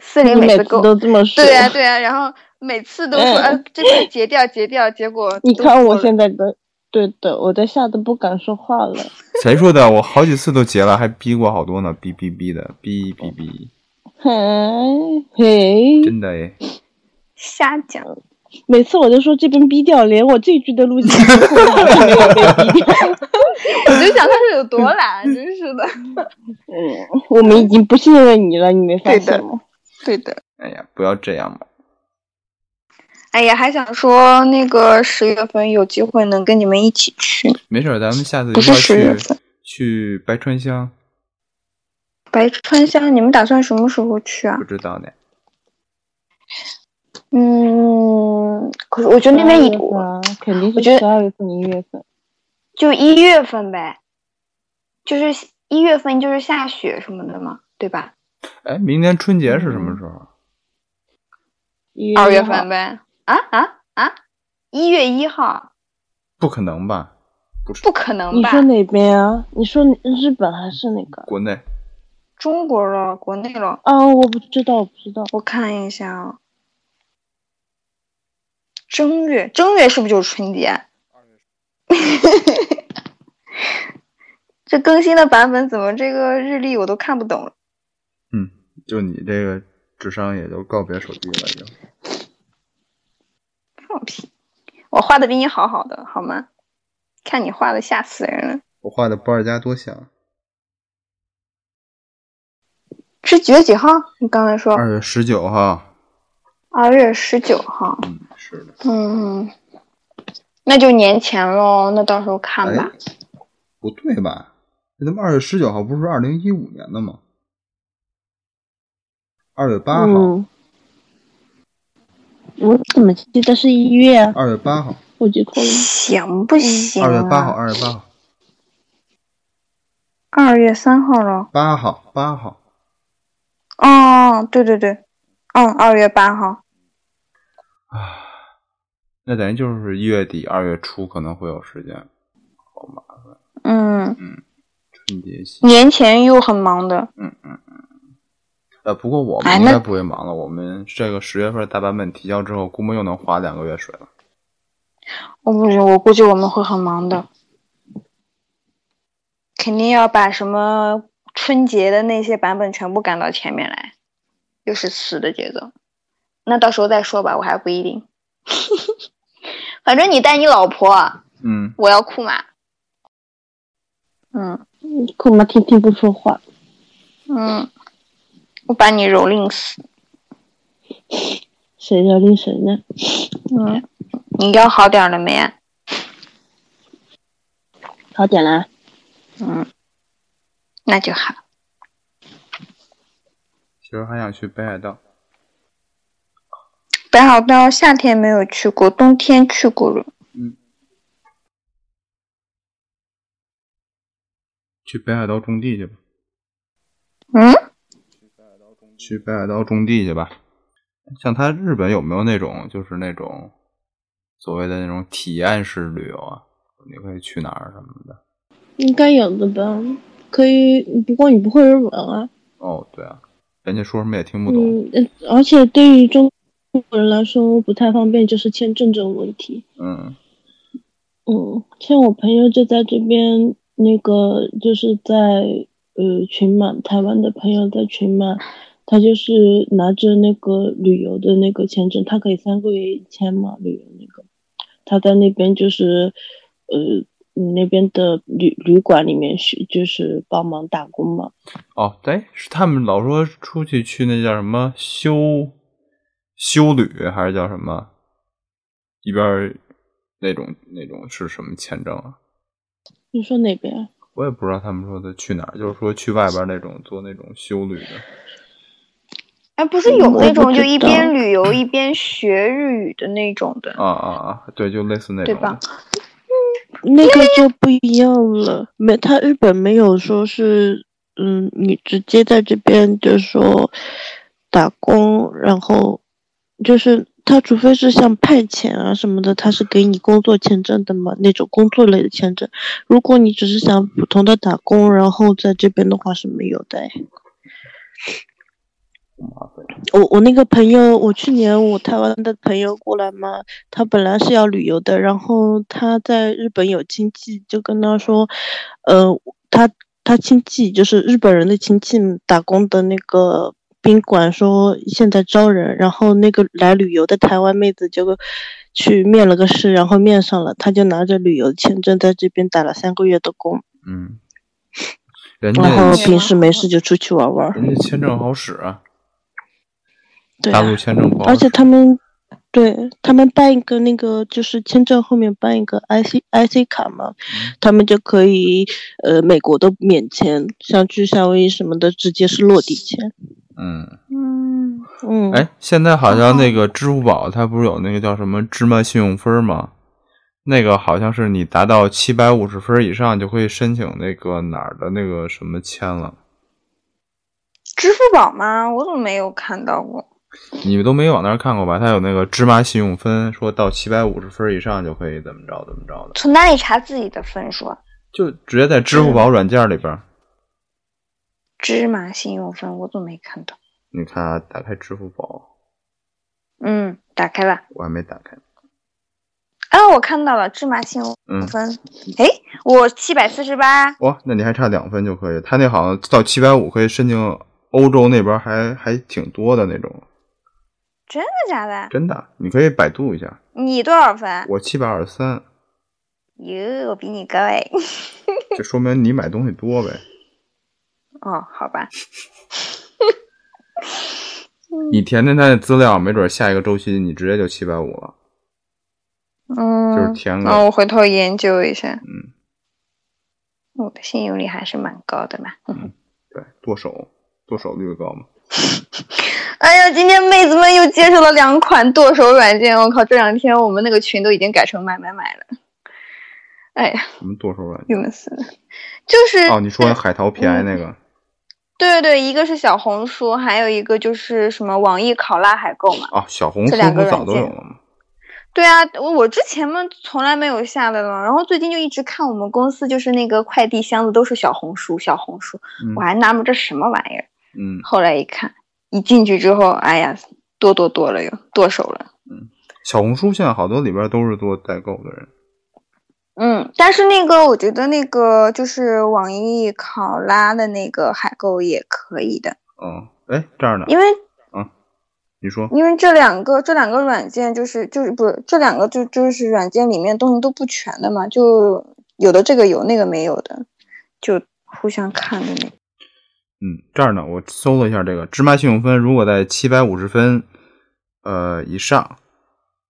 [SPEAKER 1] 四林
[SPEAKER 5] 你每
[SPEAKER 1] 次
[SPEAKER 5] 次
[SPEAKER 1] 跟
[SPEAKER 5] 都
[SPEAKER 1] 我，
[SPEAKER 5] 这么说。
[SPEAKER 1] 对啊呀、对呀、然后每次都说，
[SPEAKER 5] 嗯
[SPEAKER 1] 呃，这个截掉截掉，结果
[SPEAKER 5] (laughs) 你
[SPEAKER 1] 都
[SPEAKER 5] 看我
[SPEAKER 1] 过了
[SPEAKER 5] 现在都，对的，我都吓得不敢说话了。
[SPEAKER 2] (laughs) 谁说的？我好几次都截了，还逼过好多呢，逼逼逼的，逼逼逼，
[SPEAKER 5] 嘿，嘿，
[SPEAKER 2] 真的哎。
[SPEAKER 1] 瞎
[SPEAKER 5] (laughs)
[SPEAKER 1] 讲，
[SPEAKER 5] 每次我就说这边逼掉，连我这句的录进
[SPEAKER 2] (laughs)
[SPEAKER 5] 去都没有被逼掉。
[SPEAKER 1] 我就想他是有多懒，真是的。
[SPEAKER 5] 嗯，我们已经不信任你了，你没发现吗？
[SPEAKER 1] 对的。
[SPEAKER 2] 哎呀，不要这样嘛。
[SPEAKER 1] 哎呀，还想说那个十月份有机会能跟你们一起去
[SPEAKER 2] 没事儿，咱们下次一
[SPEAKER 1] 不是
[SPEAKER 2] 块儿
[SPEAKER 1] 10月
[SPEAKER 2] 去
[SPEAKER 1] 份
[SPEAKER 2] 去白川乡，
[SPEAKER 1] 白川乡，你们打算什么时候去啊
[SPEAKER 2] 不？知道呢。
[SPEAKER 1] 嗯，可是我觉得那边
[SPEAKER 5] 12
[SPEAKER 1] 一
[SPEAKER 5] 月份啊，肯定
[SPEAKER 1] 我
[SPEAKER 5] 是
[SPEAKER 1] 觉得
[SPEAKER 5] 十二月份、一月份。
[SPEAKER 1] 就一月份呗，就是一月份就是下雪什么的嘛，对吧？
[SPEAKER 2] 哎，明年春节是什么时
[SPEAKER 1] 嗯
[SPEAKER 2] 候？啊
[SPEAKER 5] 1月
[SPEAKER 1] 二月
[SPEAKER 5] 1号
[SPEAKER 1] 份呗。啊啊啊！一月一号，
[SPEAKER 2] 不可能吧？不是
[SPEAKER 1] 不可能
[SPEAKER 5] 你
[SPEAKER 1] 吧
[SPEAKER 5] 说？哪边啊？你说日本还是哪个？
[SPEAKER 2] 国内，
[SPEAKER 1] 中国了，国内了，
[SPEAKER 5] 哦，我不知道，我不知道。
[SPEAKER 1] 我看一下啊、正月，正月是不是就是春节？ (laughs) 这更新的版本怎么这个日历我都看不懂了？
[SPEAKER 2] 就你这个智商也就告别手机了，已经。
[SPEAKER 1] 放屁！我画的比你好好的，好吗？看你画的吓死人了。
[SPEAKER 2] 我画的不二家多像，
[SPEAKER 1] 是几月几号？你刚才说
[SPEAKER 2] 二月十九号，
[SPEAKER 1] 二月十九号。
[SPEAKER 2] 嗯，是的。
[SPEAKER 1] 嗯，那就年前喽，那到时候看吧。
[SPEAKER 2] 哎，不对吧？那他妈二月十九号不是二零一五年的吗？二月八号，
[SPEAKER 5] 嗯，我怎么记得是一月啊？
[SPEAKER 2] 二、月八号，
[SPEAKER 5] 我记错了。
[SPEAKER 1] 行不行、啊？
[SPEAKER 2] 哎嗯二月八号，，二月八号，
[SPEAKER 1] 二月三号了。
[SPEAKER 2] 八号，八号，
[SPEAKER 1] 哦，对对对，嗯，二月八号。
[SPEAKER 2] 那等于就是一月底、二月初可能会有时间。
[SPEAKER 1] 嗯，
[SPEAKER 2] 春节期，
[SPEAKER 1] 年前又很忙的。
[SPEAKER 2] 呃，不过我
[SPEAKER 1] 哎
[SPEAKER 2] 们应
[SPEAKER 1] 那
[SPEAKER 2] 该不会忙了。我们这个十月份大版本提交之后，估摸又能划两个月水了。
[SPEAKER 1] 我不行，我估计我们会很忙的，肯定要把什么春节的那些版本全部赶到前面来，又是死的节奏。那到时候再说吧，我还不一定。 (laughs) 反正你带你老婆，
[SPEAKER 2] 嗯，
[SPEAKER 1] 我要库玛。嗯
[SPEAKER 5] 库玛天天不说话，
[SPEAKER 1] 嗯，我把你蹂躏死。
[SPEAKER 5] 谁蹂躏谁呢？
[SPEAKER 1] 嗯，你腰好点儿了没？啊
[SPEAKER 5] 好点啊啦，
[SPEAKER 1] 嗯，那就好。
[SPEAKER 2] 其实还想去北海道。
[SPEAKER 1] 北海道夏天没有去过，冬天去过了。
[SPEAKER 2] 去北海道种地去吧，
[SPEAKER 1] 嗯。
[SPEAKER 2] 去北海道种地去吧。像他日本有没有那种就是那种所谓的那种体验式旅游啊？你可以去哪儿什么的？
[SPEAKER 5] 应该有的吧？可以，不过你不会日文啊。
[SPEAKER 2] 哦，对啊，人家说什么也听不懂。
[SPEAKER 5] 嗯，呃而且对于中国人来说不太方便，就是签证这种问题。
[SPEAKER 2] 嗯
[SPEAKER 5] 嗯，像我朋友就在这边，那个就是在呃群满，台湾的朋友在群满，他就是拿着那个旅游的那个签证，他可以三个月一签嘛，旅游那个，他在那边就是呃那边的旅旅馆里面去就是帮忙打工嘛，
[SPEAKER 2] 哦，对，是他们老说出去去那叫什么修修旅还是叫什么？一边儿那种那种是什么签证啊？
[SPEAKER 5] 你说哪边啊？
[SPEAKER 2] 我也不知道他们说的去哪儿，就是说去外边儿那种做那种修旅的。
[SPEAKER 1] 哎，不是有
[SPEAKER 5] 我
[SPEAKER 1] 那
[SPEAKER 5] 不
[SPEAKER 1] 种就
[SPEAKER 5] 知
[SPEAKER 1] 一
[SPEAKER 5] 道
[SPEAKER 1] 边旅游一边学日语的那种的，
[SPEAKER 2] 啊啊啊！对，就类似那
[SPEAKER 1] 对
[SPEAKER 2] 种。
[SPEAKER 1] 吧？
[SPEAKER 5] 那个就不一样了，没，他日本没有说是，嗯，你直接在这边就说打工，然后就是他除非是像派遣啊什么的，他是给你工作签证的嘛，那种工作类的签证。如果你只是想普通的打工，然后在这边的话是没有的哎。我我那个朋友，我去年我台湾的朋友过来嘛，他本来是要旅游的，然后他在日本有亲戚，就跟他说，呃，他他亲戚就是日本人的亲戚打工的那个宾馆说现在招人，然后那个来旅游的台湾妹子就去面了个试，然后面上了，他就拿着旅游签证在这边打了三个月的工，
[SPEAKER 2] 嗯，人家
[SPEAKER 5] 然后
[SPEAKER 1] 对
[SPEAKER 5] 平时没事就出去玩玩儿，
[SPEAKER 2] 人家签证好使啊，
[SPEAKER 5] 对啊、
[SPEAKER 2] 大陆签证不好使。
[SPEAKER 5] 而且他们对他们办一个那个就是签证后面办一个 IC IC 卡嘛，他们就可以呃美国的免签，像去夏威夷什么的直接是落地签。
[SPEAKER 2] 嗯，
[SPEAKER 1] 嗯，
[SPEAKER 5] 嗯，
[SPEAKER 2] 哎，现在好像那个支付宝它不是有那个叫什么芝麻信用分吗？那个好像是你达到七百五十分以上就可以申请那个哪儿的那个什么签了。
[SPEAKER 1] 支付宝吗？我怎么没有看到过？
[SPEAKER 2] 你们都没往那儿看过吧？它有那个芝麻信用分，说到七百五十分以上就可以怎么着怎么着的，
[SPEAKER 1] 从哪里查自己的分数啊？
[SPEAKER 2] 就直接在支付宝软件里边儿，
[SPEAKER 1] 芝麻信用分我怎么没看到？
[SPEAKER 2] 你看啊，打开支付宝，
[SPEAKER 1] 嗯，打开了。
[SPEAKER 2] 我还没打开。
[SPEAKER 1] 啊，我看到了芝麻信用
[SPEAKER 2] 嗯，
[SPEAKER 1] 分。哎，我七百四十八。
[SPEAKER 2] 哇，那你还差两分就可以。他那好像到七百五可以申请欧洲那边还还挺多的那种，
[SPEAKER 1] 真的假的？
[SPEAKER 2] 真的，你可以百度一下。
[SPEAKER 1] 你多少分？啊
[SPEAKER 2] 我七百二十三，
[SPEAKER 1] (laughs) 哟，我比你高哎。
[SPEAKER 2] 这说明你买东西多呗。
[SPEAKER 1] 哦，好吧。
[SPEAKER 2] 你填填他的资料，没准下一个周期你直接就七百五了，
[SPEAKER 1] 嗯，
[SPEAKER 2] 就是填
[SPEAKER 1] 那
[SPEAKER 2] 个
[SPEAKER 1] 我回头研究一下。
[SPEAKER 2] 嗯，
[SPEAKER 1] 我的信用力还是蛮高的嘛。
[SPEAKER 2] 对剁手，剁手率高嘛。
[SPEAKER 1] 哎呀，今天妹子们又接受了两款剁手软件，我靠！这两天我们那个群都已经改成买买买了。哎呀，
[SPEAKER 2] 什么剁手软件？
[SPEAKER 1] 你们死了！就是嗯
[SPEAKER 2] 哦，你说海淘便宜那个，
[SPEAKER 1] 对对对，一个是小红书，还有一个就是什么网易考拉海购嘛。
[SPEAKER 2] 哦，小红书
[SPEAKER 1] 这两
[SPEAKER 2] 不
[SPEAKER 1] 个
[SPEAKER 2] 早都
[SPEAKER 1] 软
[SPEAKER 2] 有
[SPEAKER 1] 件
[SPEAKER 2] 了吗？
[SPEAKER 1] 对啊，我我之前嘛从来没有下的呢，然后最近就一直看我们公司就是那个快递箱子都是小红书，小红书，
[SPEAKER 2] 嗯
[SPEAKER 1] 我还纳闷这什么玩意儿。
[SPEAKER 2] 嗯，
[SPEAKER 1] 后来一看，一进去之后，哎呀，剁剁剁了又剁手了。
[SPEAKER 2] 小红书现在好多里边都是做代购的人，
[SPEAKER 1] 嗯，但是那个我觉得那个就是网易考拉的那个海购也可以的，
[SPEAKER 2] 嗯，哎，这样的，
[SPEAKER 1] 因为
[SPEAKER 2] 你说，
[SPEAKER 1] 因为这两个这两个软件就是就是不是这两个就就是软件里面东西都不全的嘛，就有的这个有那个没有的，就互相看的那个。
[SPEAKER 2] 嗯，这儿呢，我搜了一下这个芝麻信用分，如果在七百五十分呃以上，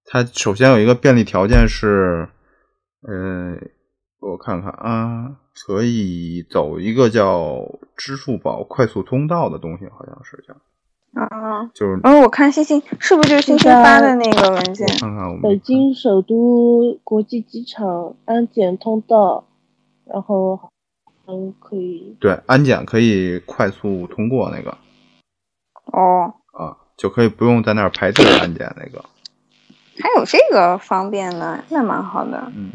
[SPEAKER 2] 它首先有一个便利条件是，呃，我看看啊，可以走一个叫支付宝快速通道的东西，好像是叫，
[SPEAKER 1] 啊，
[SPEAKER 2] 就是
[SPEAKER 1] 然后我看星星是不是就是星星发的那个文件
[SPEAKER 2] 我？看看我们
[SPEAKER 6] 北京首都国际机场安检通道，然后嗯可以
[SPEAKER 2] 对安检可以快速通过那个
[SPEAKER 1] 哦，
[SPEAKER 2] 啊，就可以不用在那儿排队安检那个，
[SPEAKER 1] 还有这个方便呢，那蛮好的。
[SPEAKER 2] 嗯，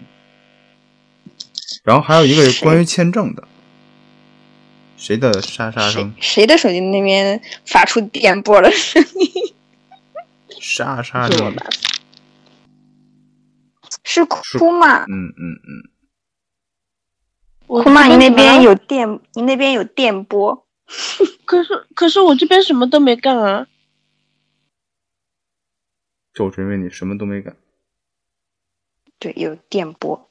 [SPEAKER 2] 然后还有一个是关于签证的，谁的沙沙
[SPEAKER 1] 谁
[SPEAKER 2] 声？
[SPEAKER 1] 谁的手机那边发出电波的声音？
[SPEAKER 2] 沙沙
[SPEAKER 6] 是
[SPEAKER 2] 声
[SPEAKER 6] 我，吧？
[SPEAKER 1] (laughs) 是哭吗？
[SPEAKER 2] 嗯嗯嗯，
[SPEAKER 5] 我
[SPEAKER 1] 库玛，
[SPEAKER 5] 这
[SPEAKER 1] 你那
[SPEAKER 5] 什
[SPEAKER 1] 边
[SPEAKER 5] 么？
[SPEAKER 1] 有电，你那边有电波。
[SPEAKER 5] 可是可是我这边什么都没干啊。
[SPEAKER 2] 就是因为你什么都没干。
[SPEAKER 1] 对，有电波。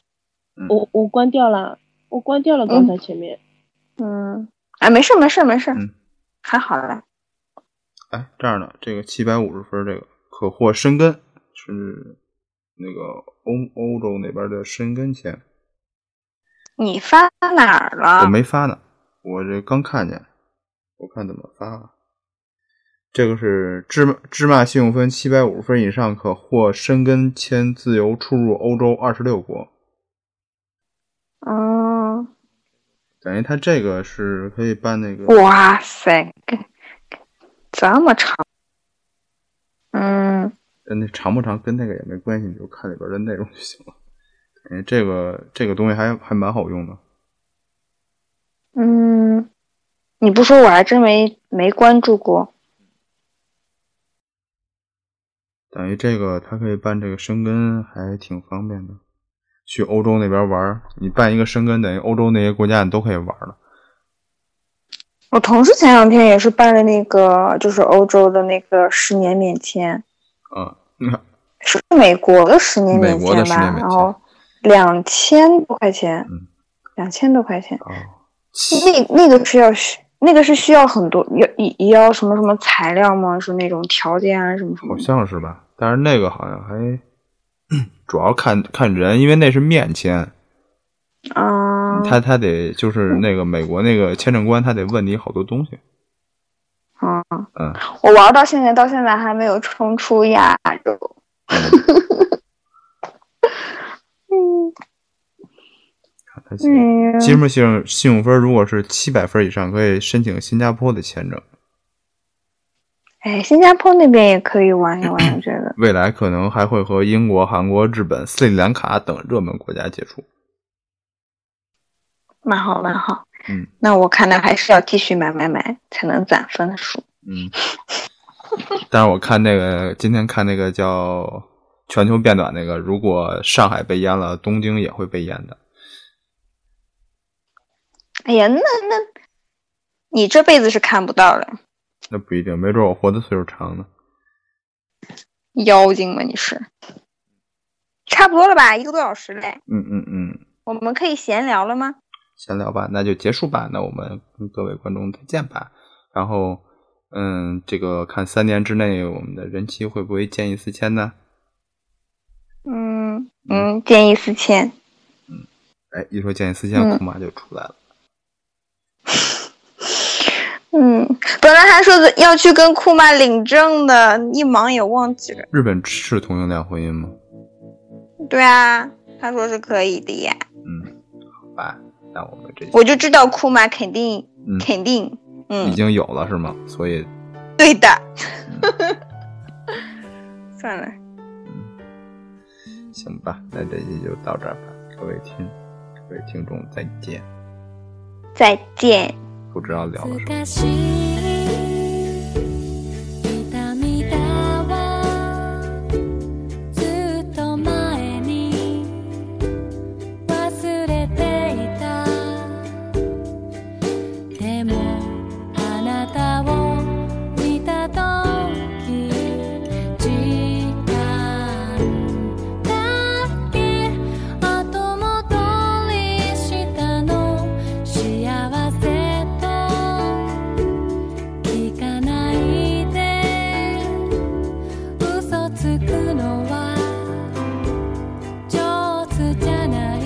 [SPEAKER 6] 我我关掉了，我关掉了刚才前面。
[SPEAKER 1] 嗯，哎，没事没事没事，
[SPEAKER 2] 嗯
[SPEAKER 1] 还好啦。
[SPEAKER 2] 哎，这样的这个七百五十分，这个可获申根是那个欧欧洲那边的申根签，
[SPEAKER 1] 你发哪儿
[SPEAKER 2] 我
[SPEAKER 1] 了？
[SPEAKER 2] 没发呢，我这刚看见，我看怎么发了。这个是芝麻芝麻信用分七百五十分以上可获申根签，自由出入欧洲二十六国。
[SPEAKER 1] 嗯，
[SPEAKER 2] 等于他这个是可以办那个，
[SPEAKER 1] 哇塞，跟这么长。嗯，
[SPEAKER 2] 呃那长不长跟那个也没关系，你就看里边的内容就行了。 (laughs) 感觉这个这个东西还还蛮好用的。
[SPEAKER 1] 嗯，你不说我还真没没关注过。
[SPEAKER 2] 等于这个它可以办这个生根，还挺方便的。去欧洲那边玩儿，你办一个生根，等于欧洲那些国家你都可以玩儿了。
[SPEAKER 1] 我同事前两天也是办的那个，就是欧洲的那个十年免签，
[SPEAKER 2] 啊、嗯，
[SPEAKER 1] 是美国的十年
[SPEAKER 2] 美
[SPEAKER 1] 免
[SPEAKER 2] 国的
[SPEAKER 1] 签
[SPEAKER 2] 10
[SPEAKER 1] 吧？
[SPEAKER 2] 年免
[SPEAKER 1] 然后两千多块钱
[SPEAKER 2] 嗯，
[SPEAKER 1] 两千、多块钱。
[SPEAKER 2] 哦，
[SPEAKER 1] 那那个是要需，那个是需要很多，要也要什么什么材料吗？是那种条件啊什么什么
[SPEAKER 2] 好
[SPEAKER 1] 的？
[SPEAKER 2] 像是吧？但是那个好像还主要看看人，因为那是面签，
[SPEAKER 1] 啊，
[SPEAKER 2] 嗯他他得就是那个美国那个签证官，他得问你好多东西。
[SPEAKER 1] 啊，
[SPEAKER 2] 嗯，
[SPEAKER 1] 我玩到现在，到现在还没有冲出亚洲。嗯
[SPEAKER 2] 还行。
[SPEAKER 1] 嗯，
[SPEAKER 2] 吉姆信用信用分如果是七百分以上，可以申请新加坡的签证，
[SPEAKER 1] 哎，新加坡那边也可以玩一
[SPEAKER 2] (clears throat)
[SPEAKER 1] 玩，我觉得。
[SPEAKER 2] 未来可能还会和英国、韩国、日本、斯里兰卡等热门国家接触。
[SPEAKER 1] 蛮好，蛮好。
[SPEAKER 2] 嗯，
[SPEAKER 1] 那我看来还是要继续买买买，才能攒分数。
[SPEAKER 2] 嗯，但是我看那个今天看那个叫《全球变暖》那个，如果上海被淹了，东京也会被淹的。
[SPEAKER 1] 哎呀，那那，你这辈子是看不到了，
[SPEAKER 2] 那不一定，没准我活的岁数长呢。
[SPEAKER 1] 妖精吗？你是？差不多了吧，一个多小时嘞，
[SPEAKER 2] 嗯嗯嗯，
[SPEAKER 1] 我们可以闲聊了吗？
[SPEAKER 2] 闲聊吧，那就结束吧。那我们跟各位观众再见吧。然后，嗯，这个看三年之内我们的人期会不会见异思迁呢？
[SPEAKER 1] 嗯嗯，建议四千。
[SPEAKER 2] 哎，一说见异思迁，
[SPEAKER 1] 嗯
[SPEAKER 2] 库玛就出来了。
[SPEAKER 1] 嗯，本来还说的要去跟库玛领证的，一忙也忘记了。
[SPEAKER 2] 日本是同性恋婚姻吗？
[SPEAKER 1] 对啊，他说是可以的呀，
[SPEAKER 2] 嗯，好吧，那我们这
[SPEAKER 1] 我就知道库玛肯定
[SPEAKER 2] 嗯
[SPEAKER 1] 肯定，
[SPEAKER 2] 已
[SPEAKER 1] 嗯，
[SPEAKER 2] 经有了是吗？所以
[SPEAKER 1] 对的。 (laughs) 算了，
[SPEAKER 2] 行吧，那这期就到这儿吧，各位听，各位听众再见。
[SPEAKER 1] 再见。
[SPEAKER 2] 不知道聊了什么。
[SPEAKER 7] 難しい涙はずっと前に忘れていたでもあなたを見た時時間だけ後戻りしたの幸せと聞かないで嘘つくのは上手じゃない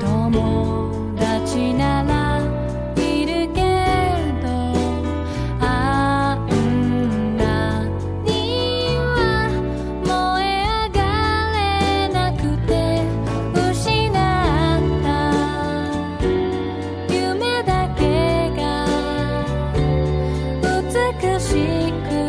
[SPEAKER 7] 友達ならいるけどあんなには燃え上がれなくて失った夢だけが美しく